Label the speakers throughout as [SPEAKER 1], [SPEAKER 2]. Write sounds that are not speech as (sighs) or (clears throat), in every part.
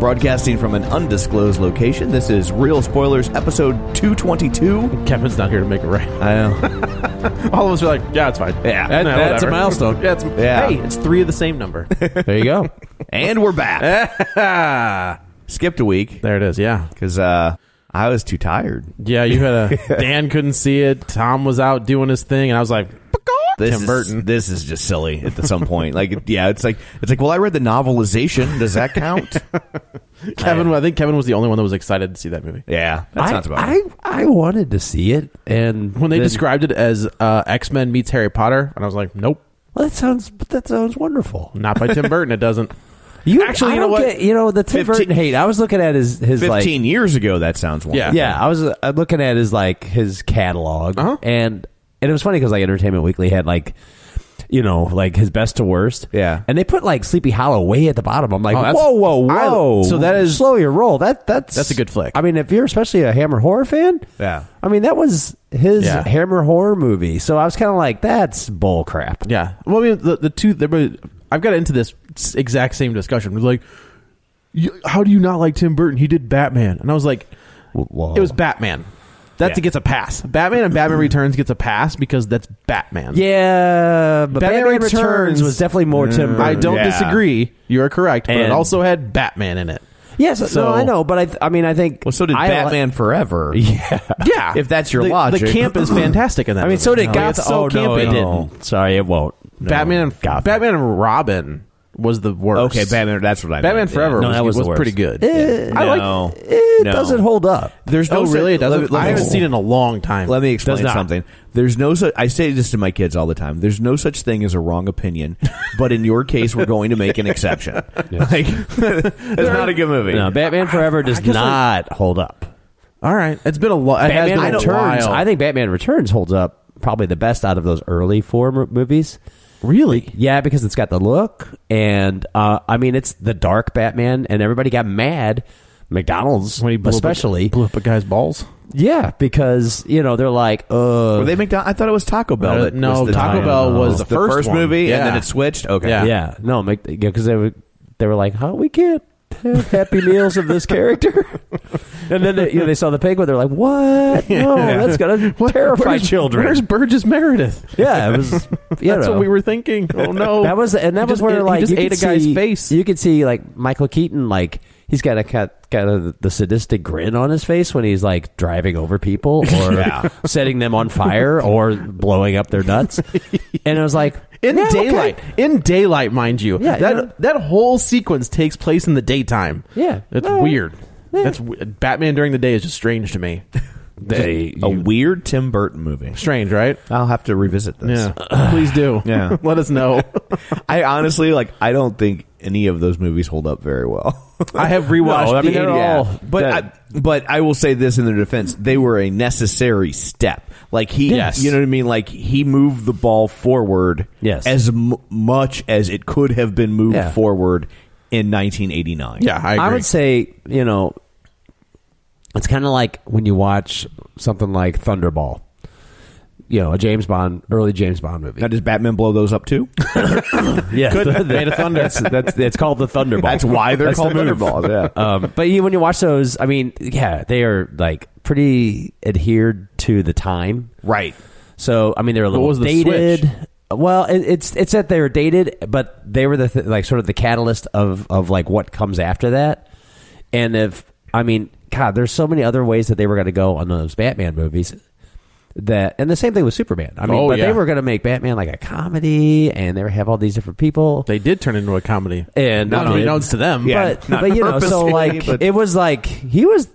[SPEAKER 1] Broadcasting from an undisclosed location, this is Real Spoilers, episode 222.
[SPEAKER 2] Kevin's not here to make it right.
[SPEAKER 1] I know.
[SPEAKER 2] (laughs) All of us are like, yeah, it's fine.
[SPEAKER 1] Yeah.
[SPEAKER 2] Eh,
[SPEAKER 1] That- that's a
[SPEAKER 2] whatever. (laughs)
[SPEAKER 1] milestone.
[SPEAKER 2] Yeah, it's,
[SPEAKER 1] Yeah.
[SPEAKER 2] Hey, it's three of the same number.
[SPEAKER 1] There you go. (laughs) and we're back.
[SPEAKER 2] (laughs)
[SPEAKER 1] Skipped a week
[SPEAKER 2] there it is. Yeah,
[SPEAKER 1] because uh, I was too tired.
[SPEAKER 2] yeah. You had
[SPEAKER 3] (laughs)
[SPEAKER 2] a Dan couldn't see it. Tom was out doing his thing, and I was like,
[SPEAKER 1] This
[SPEAKER 2] Tim
[SPEAKER 1] is,
[SPEAKER 2] Burton.
[SPEAKER 1] This is just silly at some point. Like, yeah, it's like it's like. Well, I read the novelization. Does
[SPEAKER 2] (laughs)
[SPEAKER 1] that count?
[SPEAKER 2] Kevin. I think Kevin was the only one that was excited to see that movie.
[SPEAKER 1] yeah, that sounds about
[SPEAKER 3] I,
[SPEAKER 1] right.
[SPEAKER 3] I I wanted to see it, and
[SPEAKER 2] When they
[SPEAKER 3] then-
[SPEAKER 2] described it as uh, X Men meets Harry Potter, and I was like, nope,
[SPEAKER 3] well, that sounds but that sounds wonderful.
[SPEAKER 2] not by Tim Burton. It doesn't.
[SPEAKER 3] (laughs) You
[SPEAKER 2] Actually,
[SPEAKER 3] I
[SPEAKER 2] you know
[SPEAKER 3] don't
[SPEAKER 2] what?
[SPEAKER 3] get- you know the
[SPEAKER 1] 15
[SPEAKER 3] Tim Burton hate. I was looking at his his like
[SPEAKER 1] Fifteen years ago, that sounds wonderful.
[SPEAKER 3] yeah. I was uh, looking at his like his catalog,
[SPEAKER 2] Uh-huh.
[SPEAKER 3] and and it was funny because like Entertainment Weekly had like. You know, like his best to worst.
[SPEAKER 1] Yeah.
[SPEAKER 3] and they put like Sleepy Hollow way at the bottom. I'm like,
[SPEAKER 2] Oh, that's-
[SPEAKER 3] whoa, whoa, whoa.
[SPEAKER 2] I- so that is-
[SPEAKER 3] slow your roll. That that's
[SPEAKER 2] That's a good flick.
[SPEAKER 3] I mean, if you're especially a Hammer horror fan,
[SPEAKER 1] Yeah.
[SPEAKER 3] I mean, that was his
[SPEAKER 2] Yeah.
[SPEAKER 3] Hammer horror movie. So I was kind of like, that's bull crap.
[SPEAKER 2] Yeah. Well, I mean, the, the two. they were- I've got into this exact same discussion. It was like, you, how do you not like Tim Burton? He did Batman, and I was like, it was Batman. That
[SPEAKER 1] Yeah.
[SPEAKER 2] gets a pass. Batman and
[SPEAKER 3] (clears throat)
[SPEAKER 2] Batman Returns gets a pass because that's Batman.
[SPEAKER 3] Yeah, but Batman, Returns, was definitely more Tim. Burton.
[SPEAKER 2] Mm, I don't
[SPEAKER 1] Yeah.
[SPEAKER 2] disagree. You are correct, but it
[SPEAKER 3] And-
[SPEAKER 2] also had Batman in it.
[SPEAKER 3] Yes,
[SPEAKER 2] So-
[SPEAKER 3] no, I know, but I, th- I mean, I think.
[SPEAKER 1] Well, so did
[SPEAKER 3] I uh, li-
[SPEAKER 1] Batman Forever.
[SPEAKER 2] (laughs)
[SPEAKER 1] Yeah.
[SPEAKER 2] Yeah,
[SPEAKER 1] If that's your
[SPEAKER 2] the,
[SPEAKER 1] logic.
[SPEAKER 2] The camp
[SPEAKER 1] (clears throat)
[SPEAKER 2] is fantastic in that.
[SPEAKER 3] I mean,
[SPEAKER 2] movie.
[SPEAKER 3] so did
[SPEAKER 2] No,
[SPEAKER 3] Gotham.
[SPEAKER 2] it's so
[SPEAKER 3] oh no,
[SPEAKER 2] campy.
[SPEAKER 3] it didn't. Sorry, it won't. No.
[SPEAKER 2] Batman and
[SPEAKER 3] Gotham.
[SPEAKER 2] Batman and Robin was the worst.
[SPEAKER 1] Okay, Batman. That's what I.
[SPEAKER 2] Batman
[SPEAKER 1] meant.
[SPEAKER 2] Forever
[SPEAKER 3] No,
[SPEAKER 2] was,
[SPEAKER 3] that was the
[SPEAKER 2] was
[SPEAKER 3] worst.
[SPEAKER 2] pretty good.
[SPEAKER 3] Eh,
[SPEAKER 1] Yeah.
[SPEAKER 2] I
[SPEAKER 1] No.
[SPEAKER 2] like.
[SPEAKER 3] It
[SPEAKER 1] No.
[SPEAKER 3] doesn't hold up.
[SPEAKER 2] There's no
[SPEAKER 1] Oh, so-
[SPEAKER 2] really. It doesn't.
[SPEAKER 1] let me-
[SPEAKER 2] I haven't
[SPEAKER 1] let me-
[SPEAKER 2] seen it in a long time.
[SPEAKER 1] Let me explain
[SPEAKER 3] Does not.
[SPEAKER 1] something. There's no such. I say this to my kids all the time. There's no such thing as a
[SPEAKER 2] (laughs)
[SPEAKER 1] wrong opinion, but in your case, we're going to make an exception. Like, (laughs) it's not a good movie.
[SPEAKER 3] No, Batman Forever does not hold up.
[SPEAKER 2] All right, it's been a lot. It has
[SPEAKER 3] Batman
[SPEAKER 2] been a
[SPEAKER 3] Returns.
[SPEAKER 2] while.
[SPEAKER 3] I think Batman Returns holds up probably the best out of those early four mo- movies.
[SPEAKER 2] really.
[SPEAKER 3] Yeah, because it's got the look, and uh, I mean, it's the dark Batman, and everybody got mad. McDonald's, especially,
[SPEAKER 2] blew up a guy's balls.
[SPEAKER 3] yeah, because you know they're like, uh,
[SPEAKER 1] Were they McDonald? I thought it was Taco Bell.
[SPEAKER 2] Uh,
[SPEAKER 1] that
[SPEAKER 2] no,
[SPEAKER 1] was the
[SPEAKER 2] Taco
[SPEAKER 1] time.
[SPEAKER 2] Bell was
[SPEAKER 1] the
[SPEAKER 2] the
[SPEAKER 1] first,
[SPEAKER 2] first one.
[SPEAKER 1] movie, and
[SPEAKER 2] Yeah.
[SPEAKER 1] then it switched. Okay,
[SPEAKER 2] Yeah.
[SPEAKER 3] yeah, no, Mc, yeah, because they were they were like, huh, we can't have (laughs) happy
[SPEAKER 2] (laughs)
[SPEAKER 3] meals of this character, (laughs) and then they, you know they saw the penguin, they're like, what? No, Oh,
[SPEAKER 2] (laughs)
[SPEAKER 3] that's gonna terrify
[SPEAKER 2] Where's-
[SPEAKER 3] children.
[SPEAKER 2] Where's Burgess Meredith?
[SPEAKER 3] yeah,
[SPEAKER 2] (laughs)
[SPEAKER 3] it was. You
[SPEAKER 2] That's
[SPEAKER 3] know.
[SPEAKER 2] what we were thinking. Oh no,
[SPEAKER 3] (laughs) That was and that
[SPEAKER 2] He
[SPEAKER 3] was
[SPEAKER 2] just
[SPEAKER 3] where
[SPEAKER 2] ate-
[SPEAKER 3] like
[SPEAKER 2] he just
[SPEAKER 3] you
[SPEAKER 2] ate a
[SPEAKER 3] could
[SPEAKER 2] guy's
[SPEAKER 3] see-
[SPEAKER 2] face.
[SPEAKER 3] You could see like Michael Keaton like he's got a kind of the sadistic grin on his face when he's like driving
[SPEAKER 2] (laughs)
[SPEAKER 3] over people or setting them on fire or blowing up their nuts. and I was like
[SPEAKER 2] in
[SPEAKER 3] yeah, okay.
[SPEAKER 2] daylight, in daylight, mind you.
[SPEAKER 3] Yeah,
[SPEAKER 2] that
[SPEAKER 3] you know-
[SPEAKER 2] that whole sequence takes place in the daytime.
[SPEAKER 3] Yeah.
[SPEAKER 2] that's
[SPEAKER 3] Well,
[SPEAKER 2] weird. That's w- Batman during the day is just strange to me.
[SPEAKER 3] (laughs) They-
[SPEAKER 1] a weird Tim Burton movie.
[SPEAKER 2] Strange, right?
[SPEAKER 1] I'll have to revisit this.
[SPEAKER 2] Yeah, please do.
[SPEAKER 1] Yeah.
[SPEAKER 2] let us know.
[SPEAKER 1] (laughs) I honestly like. I don't think any of those movies hold up very well. (laughs)
[SPEAKER 2] I have rewatched.
[SPEAKER 3] No, (laughs) I mean,
[SPEAKER 2] the
[SPEAKER 3] they're
[SPEAKER 2] 80
[SPEAKER 3] all-
[SPEAKER 2] app.
[SPEAKER 1] But
[SPEAKER 3] That-
[SPEAKER 1] I, but I will say this in their defense: they were a necessary step. Like he,
[SPEAKER 2] Yes.
[SPEAKER 1] you know what I mean. Like he moved the ball forward
[SPEAKER 3] Yes.
[SPEAKER 1] as m- much as it could have been moved
[SPEAKER 3] Yeah.
[SPEAKER 1] forward in 1989.
[SPEAKER 2] Yeah, I,
[SPEAKER 3] I would say you know, it's kind of like when you watch something like Thunderball. You know, a James Bond, early James Bond movie. (laughs)
[SPEAKER 1] Now, does Batman blow those up too?
[SPEAKER 3] yeah, Made (laughs) of Thunder. That's, that's it's called the Thunderball.
[SPEAKER 1] That's why they're called
[SPEAKER 3] the move.
[SPEAKER 1] Thunderballs, yeah.
[SPEAKER 3] (laughs) um, but you, when you watch those, I mean, yeah, they are like pretty adhered to the time.
[SPEAKER 1] right.
[SPEAKER 3] So I mean, they're a little
[SPEAKER 2] was the
[SPEAKER 3] dated.
[SPEAKER 2] switch?
[SPEAKER 3] Well, it, it's it's that they were dated, but they were the th- like sort of the catalyst of of like what comes after that. And if I mean, God, there's so many other ways that they were going to go on those Batman movies. That and the same thing with Superman. I mean,
[SPEAKER 2] Oh,
[SPEAKER 3] but
[SPEAKER 2] yeah.
[SPEAKER 3] they were going to make Batman like a comedy, and they were have all these different people.
[SPEAKER 2] They did turn into a comedy.
[SPEAKER 3] And
[SPEAKER 2] not
[SPEAKER 3] I mean-
[SPEAKER 2] unbeknownst to them.
[SPEAKER 3] but, but you know, so like
[SPEAKER 1] (laughs) but-
[SPEAKER 3] it was like he was.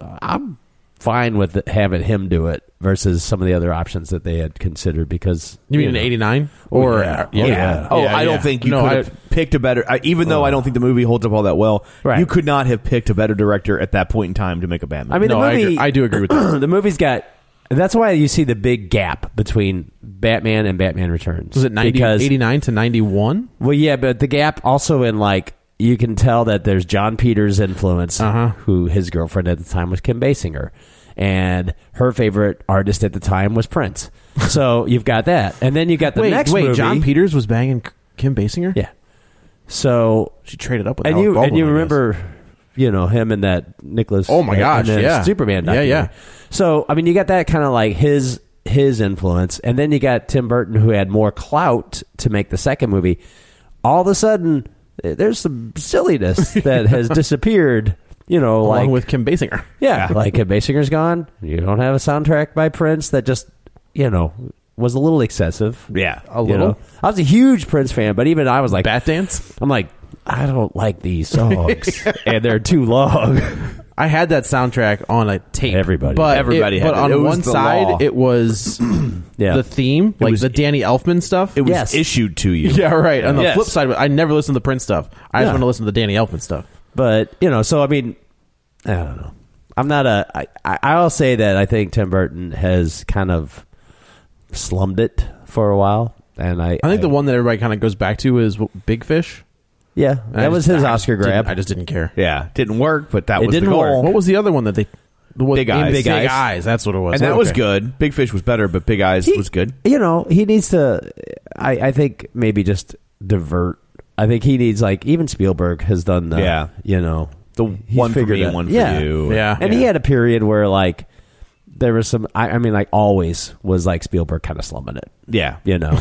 [SPEAKER 3] I'm fine with it- having him do it versus some of the other options that they had considered because
[SPEAKER 2] you mean
[SPEAKER 3] know.
[SPEAKER 2] in '89 or
[SPEAKER 3] yeah.
[SPEAKER 1] Yeah.
[SPEAKER 3] Oh,
[SPEAKER 1] Oh,
[SPEAKER 3] yeah. Oh.
[SPEAKER 1] I don't think you
[SPEAKER 2] No,
[SPEAKER 1] could
[SPEAKER 2] I-
[SPEAKER 1] have picked a better. I, even though I don't think the movie holds up all that well,
[SPEAKER 3] Right.
[SPEAKER 1] you could not have picked a better director at that point in time to make a Batman.
[SPEAKER 3] I mean,
[SPEAKER 2] No,
[SPEAKER 3] the
[SPEAKER 2] I
[SPEAKER 3] movie.
[SPEAKER 2] agree- I do agree with that.
[SPEAKER 3] (clears throat) the movie's got. That's why you see the big gap between Batman and Batman Returns.
[SPEAKER 2] Was it 90,
[SPEAKER 3] Because-
[SPEAKER 2] 89 to 91?
[SPEAKER 3] Well, yeah, but the gap also in like you can tell that there's John Peters' influence,
[SPEAKER 2] Uh-huh.
[SPEAKER 3] who his girlfriend at the time was Kim Basinger, and her favorite artist at the time
[SPEAKER 2] (laughs)
[SPEAKER 3] was Prince. So you've got that, and then you got the
[SPEAKER 2] wait,
[SPEAKER 3] next
[SPEAKER 2] wait,
[SPEAKER 3] movie.
[SPEAKER 2] John Peters was banging K- Kim Basinger?
[SPEAKER 3] yeah. So
[SPEAKER 2] She traded up with
[SPEAKER 3] and
[SPEAKER 2] Alec
[SPEAKER 3] you and
[SPEAKER 2] Baldwin,
[SPEAKER 3] you
[SPEAKER 2] I guess.
[SPEAKER 3] remember, you know him and that Nicholas.
[SPEAKER 2] Oh my gosh,
[SPEAKER 3] and the
[SPEAKER 2] yeah.
[SPEAKER 3] Superman.
[SPEAKER 2] Yeah,
[SPEAKER 3] Documentary.
[SPEAKER 2] yeah.
[SPEAKER 3] So I mean, you got that kind of like his his influence, and then you got Tim Burton who had more clout to make the second movie. All of a sudden, eh, there's some
[SPEAKER 2] (laughs)
[SPEAKER 3] silliness that has disappeared. You know,
[SPEAKER 2] along
[SPEAKER 3] like
[SPEAKER 2] with Kim Basinger.
[SPEAKER 3] yeah, like if Basinger's gone, you don't have a soundtrack by Prince that just you know was a little excessive.
[SPEAKER 1] (laughs) yeah,
[SPEAKER 3] A little. I was a huge Prince fan, but even I was like,
[SPEAKER 2] Bat Dance.
[SPEAKER 3] I'm like, I don't like
[SPEAKER 2] (laughs)
[SPEAKER 3] these songs, and they're too long.
[SPEAKER 2] I had that soundtrack on a tape.
[SPEAKER 3] Everybody.
[SPEAKER 2] but it-
[SPEAKER 1] Everybody had
[SPEAKER 2] but
[SPEAKER 1] it.
[SPEAKER 2] on
[SPEAKER 1] It was
[SPEAKER 2] one
[SPEAKER 1] the
[SPEAKER 2] side,
[SPEAKER 1] law.
[SPEAKER 2] it was
[SPEAKER 3] (clears throat) Yeah,
[SPEAKER 2] the theme, like
[SPEAKER 1] was-
[SPEAKER 2] the Danny Elfman stuff.
[SPEAKER 1] it was
[SPEAKER 3] Yes.
[SPEAKER 1] issued to
[SPEAKER 2] (laughs)
[SPEAKER 1] you.
[SPEAKER 2] yeah, right. On the
[SPEAKER 1] Yes.
[SPEAKER 2] flip side, I never listened to the Prince stuff. I
[SPEAKER 3] Yeah.
[SPEAKER 2] just want to listen to the Danny Elfman stuff.
[SPEAKER 3] but you know, so I mean, I don't know. I'm not a. I, I, I'll say that I think Tim Burton has kind of slummed it for a while, and I.
[SPEAKER 2] I think the one that everybody kind of goes back to is what, Big Fish.
[SPEAKER 3] Yeah,
[SPEAKER 2] And I
[SPEAKER 3] that was
[SPEAKER 2] just-
[SPEAKER 3] his
[SPEAKER 2] I
[SPEAKER 3] Oscar
[SPEAKER 2] didn't-
[SPEAKER 3] grab.
[SPEAKER 2] I just didn't care.
[SPEAKER 1] yeah, didn't work, but that
[SPEAKER 3] It
[SPEAKER 1] was
[SPEAKER 3] didn't
[SPEAKER 1] the goal.
[SPEAKER 3] work.
[SPEAKER 2] What was the other one that they? The, what,
[SPEAKER 1] Big Eyes.
[SPEAKER 2] Big,
[SPEAKER 1] Big Eyes.
[SPEAKER 2] eyes. That's what it was.
[SPEAKER 1] and that was
[SPEAKER 2] Okay.
[SPEAKER 1] good. Big Fish was better, but Big Eyes was good.
[SPEAKER 3] You know, he needs to. I, I think maybe just divert. I think he needs like even Spielberg has done. The,
[SPEAKER 1] Yeah.
[SPEAKER 3] you know
[SPEAKER 1] The
[SPEAKER 3] he's
[SPEAKER 1] one for
[SPEAKER 3] figured
[SPEAKER 1] me,
[SPEAKER 3] out-
[SPEAKER 1] one for
[SPEAKER 3] yeah.
[SPEAKER 1] you.
[SPEAKER 2] Yeah.
[SPEAKER 3] and he had a period where like there was some. I, I mean, like always was like Spielberg kind of slumming it.
[SPEAKER 1] yeah, (laughs)
[SPEAKER 3] You know,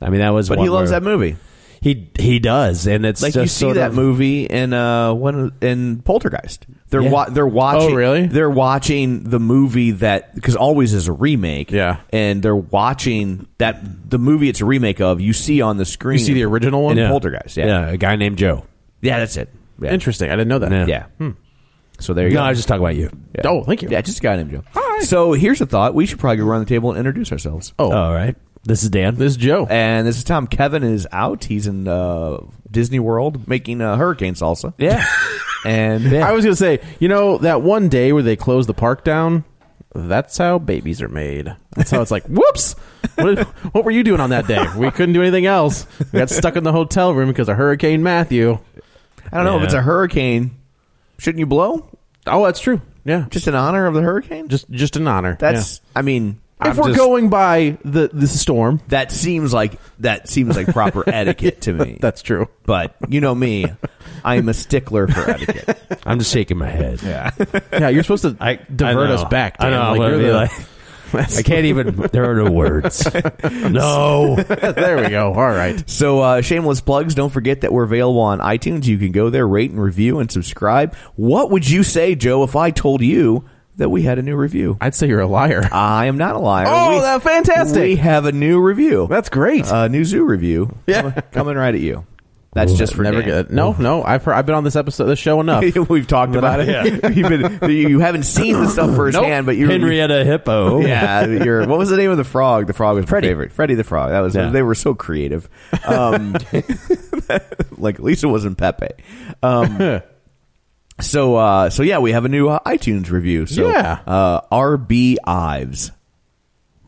[SPEAKER 3] I mean that was.
[SPEAKER 1] But
[SPEAKER 3] one
[SPEAKER 1] he loves
[SPEAKER 3] where-
[SPEAKER 1] that movie.
[SPEAKER 3] He he does, and it's
[SPEAKER 1] Like
[SPEAKER 3] just
[SPEAKER 1] you see
[SPEAKER 3] sort
[SPEAKER 1] that
[SPEAKER 3] of-
[SPEAKER 1] movie in uh when in Poltergeist. They're
[SPEAKER 3] Yeah.
[SPEAKER 1] wa- they're watching.
[SPEAKER 2] Oh, really?
[SPEAKER 1] They're watching the movie that because always is a remake.
[SPEAKER 2] Yeah.
[SPEAKER 1] and they're watching that the movie it's a remake of. You see on the screen.
[SPEAKER 2] You see the original one?
[SPEAKER 1] in
[SPEAKER 2] Yeah.
[SPEAKER 1] Poltergeist. Yeah.
[SPEAKER 3] Yeah.
[SPEAKER 1] yeah,
[SPEAKER 3] a guy named Joe.
[SPEAKER 1] that's it. Yeah.
[SPEAKER 2] Interesting. I didn't know that.
[SPEAKER 3] Yeah.
[SPEAKER 1] Yeah.
[SPEAKER 2] Hmm.
[SPEAKER 1] So there you
[SPEAKER 3] No,
[SPEAKER 1] go.
[SPEAKER 3] I was just talking about you.
[SPEAKER 1] Yeah.
[SPEAKER 2] Oh, thank you.
[SPEAKER 1] Yeah, just a guy named Joe. So here's a thought: we should probably go around the table and introduce ourselves.
[SPEAKER 2] Oh.
[SPEAKER 3] All right, this is Dan.
[SPEAKER 2] This is Joe.
[SPEAKER 1] And this is Tom. Kevin is out. He's in uh, Disney World making uh, hurricane salsa.
[SPEAKER 3] yeah,
[SPEAKER 1] (laughs)
[SPEAKER 2] (laughs)
[SPEAKER 1] And
[SPEAKER 2] I was gonna say, you know, that one day where they closed the park down. That's how babies are made. That's how it's like. (laughs) Whoops! What, did- what were you doing on that day?
[SPEAKER 3] (laughs)
[SPEAKER 2] We couldn't do anything else. We got stuck in the hotel room because of Hurricane Matthew.
[SPEAKER 1] I don't know if it's a hurricane. Shouldn't you blow?
[SPEAKER 2] Oh, that's true. Yeah,
[SPEAKER 1] Just in honor of the hurricane?
[SPEAKER 2] just just in honor.
[SPEAKER 1] that's. I mean,
[SPEAKER 2] yeah. if
[SPEAKER 1] I'm
[SPEAKER 2] we're
[SPEAKER 1] just-
[SPEAKER 2] going by the this storm.
[SPEAKER 1] that seems like that seems
[SPEAKER 2] (laughs)
[SPEAKER 1] like proper etiquette to me.
[SPEAKER 2] That's true.
[SPEAKER 1] but you know me, I'm a stickler for etiquette.
[SPEAKER 3] I'm just shaking my head.
[SPEAKER 1] (laughs)
[SPEAKER 3] Yeah,
[SPEAKER 2] Yeah, you're supposed to
[SPEAKER 3] I
[SPEAKER 2] divert
[SPEAKER 3] know.
[SPEAKER 2] us back.
[SPEAKER 3] I
[SPEAKER 2] Dan.
[SPEAKER 3] know. I'm gonna
[SPEAKER 2] you're
[SPEAKER 3] be
[SPEAKER 2] the-
[SPEAKER 3] like, I can't even. There are
[SPEAKER 2] (laughs)
[SPEAKER 3] no words. No.
[SPEAKER 2] there we go. All right.
[SPEAKER 1] So uh, shameless plugs. Don't forget that we're available on iTunes. You can go there, rate and review, and subscribe. What would you say, Joe, if I told you that we had a new review?
[SPEAKER 2] I'd say you're a liar.
[SPEAKER 3] Uh,
[SPEAKER 1] I am not a liar.
[SPEAKER 2] Oh,
[SPEAKER 1] We-
[SPEAKER 2] that's fantastic.
[SPEAKER 1] We have a new review.
[SPEAKER 2] That's great.
[SPEAKER 3] uh,
[SPEAKER 1] a new zoo review.
[SPEAKER 2] Yeah.
[SPEAKER 1] coming, coming right at you. That's just for
[SPEAKER 2] Never
[SPEAKER 1] Dan.
[SPEAKER 2] good. No,
[SPEAKER 3] Oh.
[SPEAKER 2] no. I've heard, I've been on this episode, this show
[SPEAKER 3] (laughs)
[SPEAKER 2] enough.
[SPEAKER 1] (laughs) We've talked about it. (laughs) You've been, you you haven't seen the stuff firsthand, but you oh,
[SPEAKER 3] Henrietta (laughs) Hippo.
[SPEAKER 1] Yeah, you're, what was the name of the frog? The frog was my
[SPEAKER 3] Freddy.
[SPEAKER 1] favorite. Freddy the frog. That was
[SPEAKER 3] Yeah.
[SPEAKER 1] they were so creative. Um, (laughs) like Lisa wasn't Pepe. Um, so uh, so yeah, we have a new uh, iTunes review. So
[SPEAKER 2] Yeah.
[SPEAKER 1] uh, RB Ives.